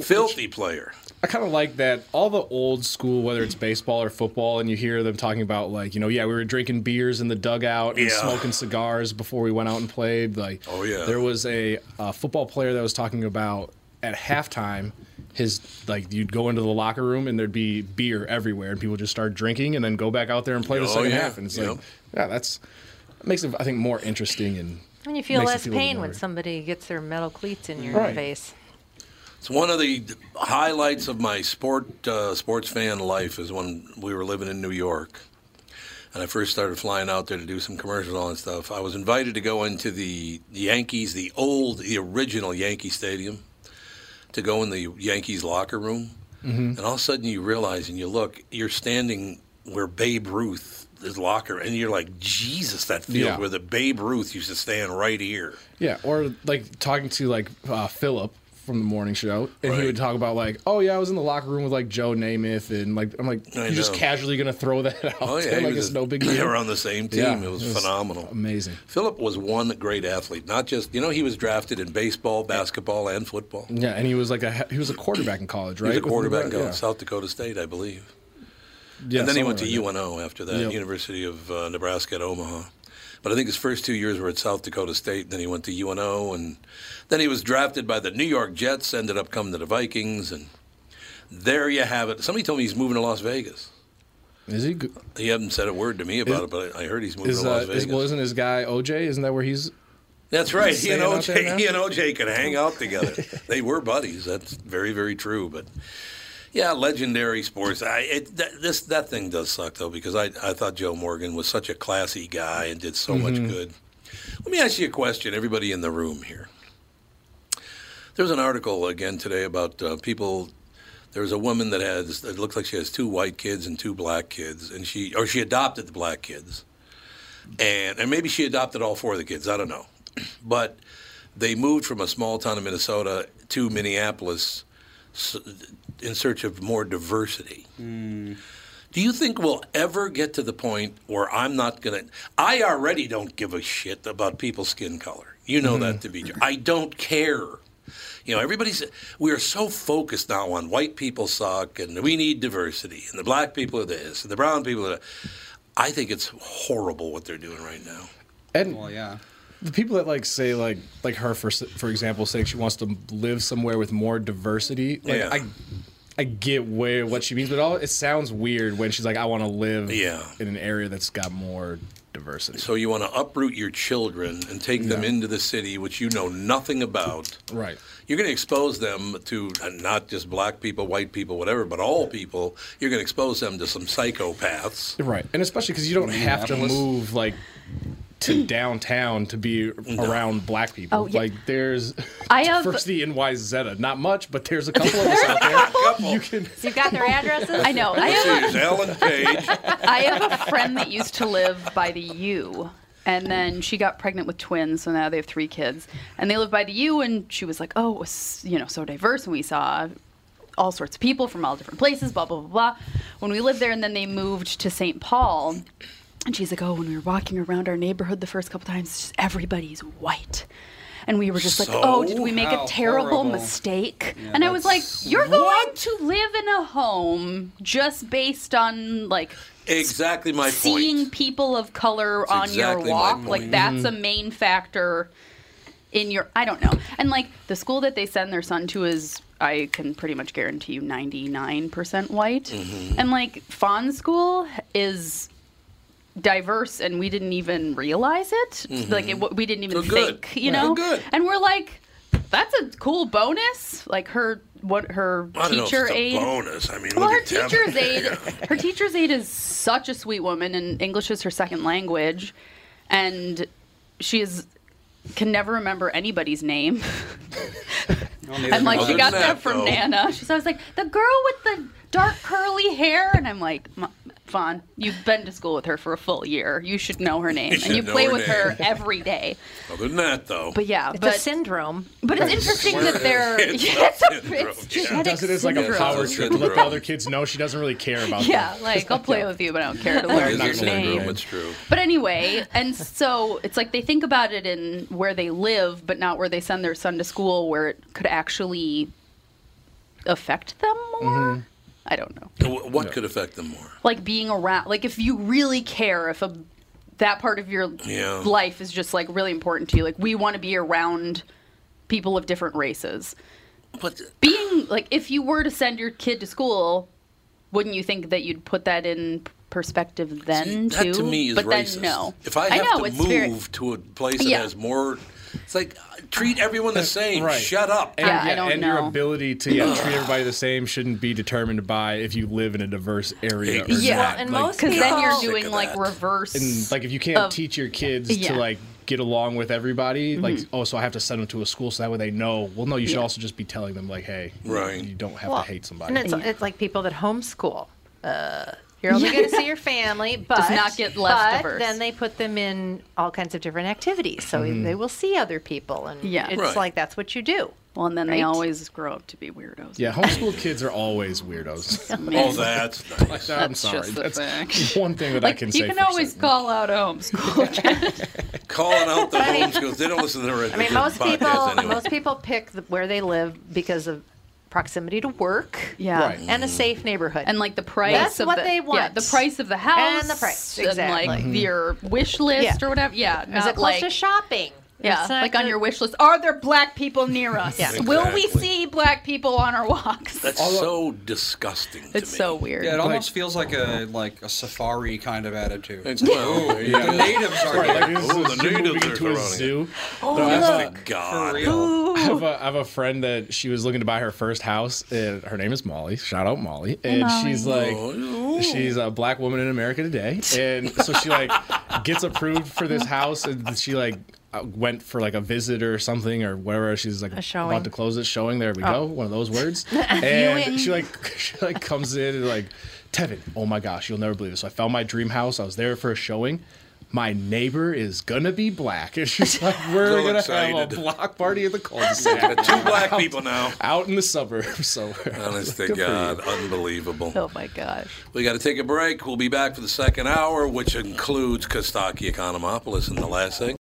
Speaker 1: Filthy player.
Speaker 6: I kind of like that all the old school, whether it's baseball or football, and you hear them talking about like, you know, yeah, we were drinking beers in the dugout and
Speaker 1: Yeah.
Speaker 6: smoking cigars before we went out and played. Like,
Speaker 1: Oh, yeah.
Speaker 6: there was a, uh football player that was talking about at halftime. His like you'd go into the locker room and there'd be beer everywhere and people just start drinking and then go back out there and play the
Speaker 1: Oh,
Speaker 6: second
Speaker 1: yeah.
Speaker 6: half and it's
Speaker 1: Yep.
Speaker 6: like yeah that's that makes it I think more interesting and
Speaker 4: And you feel
Speaker 6: makes it
Speaker 4: less
Speaker 6: feel
Speaker 4: pain when
Speaker 6: better.
Speaker 4: somebody gets their metal cleats in your
Speaker 6: Right.
Speaker 4: face.
Speaker 1: It's one of the highlights of my sport uh, sports fan life is when we were living in New York, and I first started flying out there to do some commercials and all that stuff. I was invited to go into the Yankees, the old, the original Yankee Stadium, to go in the Yankees locker room, and all of a sudden you realize and you look, you're standing where Babe Ruth. His locker, and you're like, Jesus, that field
Speaker 6: Yeah.
Speaker 1: where the Babe Ruth used to stand right here.
Speaker 6: Yeah, or like talking to like uh, Philip from the morning show, and
Speaker 1: Right.
Speaker 6: he would talk about like, oh yeah, I was in the locker room with like Joe Namath, and like I'm like,
Speaker 1: I
Speaker 6: you're just
Speaker 1: know.
Speaker 6: casually gonna throw that out
Speaker 1: Oh yeah,
Speaker 6: there
Speaker 1: he
Speaker 6: like
Speaker 1: was
Speaker 6: [LAUGHS] it's
Speaker 1: a- [CLEARS THROAT] [LAUGHS]
Speaker 6: no big
Speaker 1: They
Speaker 6: deal.
Speaker 1: were on the same team.
Speaker 6: Yeah,
Speaker 1: it, was
Speaker 6: it was
Speaker 1: phenomenal,
Speaker 6: amazing.
Speaker 1: Philip was one great athlete. Not just you know he was drafted in baseball, basketball, and football.
Speaker 6: Yeah, and he was like a he was a quarterback in college, right?
Speaker 1: He was a
Speaker 6: With
Speaker 1: quarterback
Speaker 6: LeBron?
Speaker 1: going
Speaker 6: Yeah.
Speaker 1: South Dakota State, I believe.
Speaker 6: Yeah,
Speaker 1: and then he went to
Speaker 6: somewhere like
Speaker 1: UNO after that,
Speaker 6: Yep.
Speaker 1: University of uh, Nebraska at Omaha. But I think his first two years were at South Dakota State. Then he went to UNO, and then he was drafted by the New York Jets. Ended up coming to the Vikings, and there you have it. Somebody told me he's moving to Las Vegas.
Speaker 6: that. Is he go-
Speaker 1: He hasn't said a word to me about it, but I I heard he's moving
Speaker 6: is
Speaker 1: to
Speaker 6: uh,
Speaker 1: Las Vegas.
Speaker 6: is, well isn't his guy OJ? Isn't that where he's?
Speaker 1: That's right. He and
Speaker 6: Staying out there
Speaker 1: OJ,
Speaker 6: now? [LAUGHS]
Speaker 1: he and OJ could hang out together. they were buddies. That's very, very true. But Yeah, legendary sports. I, it, that, this that thing does suck though because I, I thought Joe Morgan was such a classy guy and did so much
Speaker 10: Mhm.
Speaker 1: good. Let me ask you a question, everybody in the room here. There's an article again today about uh, people. There's a woman that has it looks like she has two white kids and two black kids, and she or she adopted the black kids, and and maybe she adopted all four of the kids. I don't know, [CLEARS THROAT] but they moved from a small town in Minnesota to Minneapolis s- in search of more diversity.
Speaker 2: Hmm.
Speaker 1: Do you think we'll ever get to the point where I'm not going to? I already don't give a shit about people's skin color. You know that to be true. I don't care. You know, everybody's, we are so focused now on white people suck and we need diversity and the black people are this and the brown people are that. I think it's horrible what they're doing right now.
Speaker 6: And
Speaker 2: well, yeah.
Speaker 6: the people that like say like like her for s- for example saying she wants to live somewhere with more diversity like
Speaker 1: Yeah.
Speaker 6: i i get where what she means but all it sounds weird when she's like i want to live
Speaker 1: Yeah.
Speaker 6: in an area that's got more diversity
Speaker 1: So you want to uproot your children and take them into the city, which you know nothing about.
Speaker 6: right
Speaker 1: You're going to expose them to uh, not just black people, white people, whatever, but all people. You're going to expose them to some psychopaths.
Speaker 6: right and especially because you don't
Speaker 1: Mm-hmm.
Speaker 6: have to
Speaker 1: Minneapolis.
Speaker 6: move like
Speaker 7: [CLEARS THROAT]
Speaker 6: to downtown to be around black people
Speaker 7: Oh, yeah.
Speaker 6: like there's [LAUGHS]
Speaker 7: I have-
Speaker 6: first the nyz not much but
Speaker 7: [LAUGHS]
Speaker 6: there's a couple of us
Speaker 1: [LAUGHS]
Speaker 6: out there you can
Speaker 3: So you've got their addresses?
Speaker 7: I know. I
Speaker 1: This
Speaker 7: have,
Speaker 1: is Ellen Page.
Speaker 7: a, I have a friend that used to live by the U, and then she got pregnant with twins, so now they have three kids, and they live by the U, and she was like, "Oh, it was you know so diverse, and we saw all sorts of people from all different places, blah blah blah blah." When we lived there, and then they moved to St. Paul. And she's like, "Oh, when we were walking around our neighborhood the first couple times, just everybody's white." And we were just like,
Speaker 4: So?
Speaker 7: "Oh, did we make
Speaker 4: How
Speaker 7: a terrible
Speaker 4: horrible.
Speaker 7: mistake?" and I was like, "You're going to live in a home just based on like
Speaker 1: Exactly my point.
Speaker 7: seeing people of color
Speaker 1: It's
Speaker 7: on
Speaker 1: exactly
Speaker 7: your
Speaker 1: my
Speaker 7: walk.
Speaker 1: point.
Speaker 7: Like that's a
Speaker 1: Mhm.
Speaker 7: main factor in your I don't know. And like the school that they send their son to is I can pretty much guarantee you 99% white.
Speaker 1: Mm-hmm.
Speaker 4: Mhm.
Speaker 7: And like Fawn School is diverse and we didn't even realize it.
Speaker 1: Mm-hmm.
Speaker 4: Mhm.
Speaker 7: Like it, we didn't even
Speaker 4: So good.
Speaker 7: think, you
Speaker 4: Right.
Speaker 7: know?
Speaker 4: So good.
Speaker 7: And we're like that's a cool bonus. Like her what her
Speaker 1: I don't know if
Speaker 7: teacher
Speaker 1: it's a
Speaker 7: aide
Speaker 1: bonus. I mean,
Speaker 7: well,
Speaker 1: look
Speaker 7: her
Speaker 1: at Tim. [LAUGHS]
Speaker 7: teacher's aide, her teacher's aide is such a sweet woman, and English is her second language, and she is can never remember anybody's name. and like she got that from Nana. She's always like the girl with the dark curly hair, and I'm like, "Ma- Fawn, you've been to school with her for a full year. You should know her name,
Speaker 1: should
Speaker 7: and you
Speaker 1: know
Speaker 7: play
Speaker 1: her
Speaker 7: with
Speaker 1: name."
Speaker 7: her every
Speaker 1: [LAUGHS]
Speaker 7: day.
Speaker 1: Other than that, though.
Speaker 7: But yeah,
Speaker 3: It's a
Speaker 7: but
Speaker 3: syndrome.
Speaker 7: But it's interesting that they're
Speaker 1: [LAUGHS]
Speaker 3: [LAUGHS]
Speaker 1: It's a
Speaker 7: yeah, [LAUGHS] it's a-
Speaker 1: syndrome,
Speaker 7: it's
Speaker 1: yeah.
Speaker 6: she does it as like a
Speaker 1: Syndrome.
Speaker 6: power trip to let the
Speaker 7: [LAUGHS]
Speaker 1: Syndrome.
Speaker 6: other kids know she doesn't really care about
Speaker 7: Yeah, [LAUGHS]
Speaker 6: them.
Speaker 7: like I'll play with you, but I don't care to
Speaker 6: It
Speaker 7: learn
Speaker 6: is
Speaker 7: your
Speaker 6: a syndrome,
Speaker 7: name.
Speaker 6: it's
Speaker 1: true.
Speaker 7: But anyway, and so it's like they think about it in where they live, but not where they send their son to school, where it could actually affect them more.
Speaker 6: Mm-hmm.
Speaker 7: I don't know.
Speaker 1: Wh- What could affect them more?
Speaker 7: Like being around, like if you really care, if a that part of your
Speaker 1: Yeah.
Speaker 7: life is just like really important to you, like we want to be around people of different races.
Speaker 1: But
Speaker 7: being like, if you were to send your kid to school, wouldn't you think that you'd put that in perspective then
Speaker 1: That
Speaker 7: too?
Speaker 1: to me is
Speaker 7: but
Speaker 1: racist.
Speaker 7: then no.
Speaker 1: If I have
Speaker 7: know,
Speaker 1: to
Speaker 7: it's
Speaker 1: move
Speaker 7: very-
Speaker 1: to a place that
Speaker 7: Yeah.
Speaker 1: has more, it's like uh, treat everyone the same.
Speaker 6: Right.
Speaker 1: Shut up.
Speaker 6: And, and your ability
Speaker 7: [SIGHS]
Speaker 6: to yeah, treat everybody the same shouldn't be determined by if you live in a diverse area. or
Speaker 7: Yeah,
Speaker 6: not.
Speaker 7: and
Speaker 6: Like,
Speaker 7: most because then you're
Speaker 6: Sick
Speaker 7: doing
Speaker 6: of
Speaker 7: like
Speaker 6: that.
Speaker 7: reverse.
Speaker 6: and like if you can't
Speaker 7: of-
Speaker 6: teach your kids
Speaker 7: Yeah. Mm-hmm.
Speaker 6: to like get along with everybody, like oh, so I have to send them to a school so that way they know. Well, no, you should
Speaker 3: Yeah.
Speaker 6: also just be telling them like, hey,
Speaker 1: Right.
Speaker 6: you don't have
Speaker 3: Well,
Speaker 6: to hate somebody.
Speaker 3: And it's, it's like people that homeschool. Uh, you're only going to see your
Speaker 4: [LAUGHS]
Speaker 3: family, but
Speaker 7: not get less
Speaker 3: but
Speaker 7: diverse.
Speaker 3: Then they put them in all kinds of different activities, so
Speaker 6: Mm-hmm.
Speaker 7: Mhm.
Speaker 3: they will see other people, and
Speaker 7: Yeah.
Speaker 3: it's
Speaker 7: Right.
Speaker 3: like that's what you do.
Speaker 7: Well, and then they
Speaker 3: Right?
Speaker 7: always grow up to be weirdos.
Speaker 6: yeah, homeschool kids are
Speaker 7: [LAUGHS]
Speaker 6: always weirdos.
Speaker 7: amazing. Oh,
Speaker 1: that's
Speaker 6: nice. I'm
Speaker 7: That's
Speaker 6: sorry.
Speaker 7: just the
Speaker 6: that's
Speaker 7: fact.
Speaker 6: one thing that I can
Speaker 7: you
Speaker 6: say.
Speaker 7: can
Speaker 6: for
Speaker 7: always call out a homeschool.
Speaker 1: Calling
Speaker 7: [LAUGHS]
Speaker 1: out the
Speaker 3: I mean-
Speaker 1: homeschools. They don't listen to the red
Speaker 3: I mean,
Speaker 1: Pill
Speaker 3: most
Speaker 1: podcast
Speaker 3: people
Speaker 1: anyway.
Speaker 3: most people pick the, where they live because of proximity to work,
Speaker 7: Yeah. Right.
Speaker 3: and a safe neighborhood,
Speaker 7: and like [LAUGHS] the price
Speaker 3: That's
Speaker 7: of
Speaker 3: what
Speaker 7: the,
Speaker 3: they want.
Speaker 7: Yeah, the price of the house
Speaker 3: And the price,
Speaker 7: and, like
Speaker 6: Mm-hmm.
Speaker 3: exactly.
Speaker 7: your wish list
Speaker 3: Yeah.
Speaker 7: or whatever. Yeah,
Speaker 3: Is
Speaker 7: not
Speaker 3: it close
Speaker 7: like
Speaker 3: to shopping?
Speaker 7: Yeah,
Speaker 3: It's not
Speaker 7: like on your wish list. Are there black people
Speaker 6: [LAUGHS]
Speaker 7: near us?
Speaker 3: Yeah.
Speaker 7: Will we
Speaker 1: Exactly.
Speaker 7: see black people on our walks?
Speaker 1: That's so disgusting.
Speaker 7: It's so weird.
Speaker 2: Yeah, it almost feels like a like a safari kind of attitude.
Speaker 1: It's- well,
Speaker 2: Ooh,
Speaker 1: there you
Speaker 2: the
Speaker 1: go.
Speaker 2: natives are
Speaker 1: Right,
Speaker 2: here.
Speaker 1: like, this is
Speaker 2: Ooh,
Speaker 1: a zoo moving into a
Speaker 6: zoo.
Speaker 3: Oh,
Speaker 6: No, that's
Speaker 3: look.
Speaker 6: like-
Speaker 1: God.
Speaker 2: For real.
Speaker 6: I have, a, I have a friend that she was looking to buy her first house, and her name is Molly. Shout out Molly, and she's like, she's a black woman in America
Speaker 3: [LAUGHS]
Speaker 6: today, and so she like gets approved for this house, and she like uh, went for like a visit or something or whatever. She's like
Speaker 3: A showing. Oh.
Speaker 6: about to close it, showing. There we go, one of
Speaker 3: [LAUGHS]
Speaker 6: those words.
Speaker 7: Viewing.
Speaker 6: and she like she [LAUGHS] like comes in and like, Tevin, oh my gosh, you'll never believe it. So I found my dream house. I was there for a showing. My neighbor is gonna be black, [LAUGHS] and she's like, "We're
Speaker 1: So
Speaker 6: gonna have a
Speaker 1: excited.
Speaker 6: block party at
Speaker 1: [LAUGHS]
Speaker 6: the
Speaker 1: Got
Speaker 6: cul-de-sac
Speaker 1: two black people now.
Speaker 6: out in the suburbs somewhere." [LAUGHS]
Speaker 1: Honest to
Speaker 6: Good for you.
Speaker 1: Oh, God, unbelievable.
Speaker 3: Oh my gosh.
Speaker 1: We got to take a break. We'll be back for the second hour, which includes Kostaki Economopoulos in the last segment.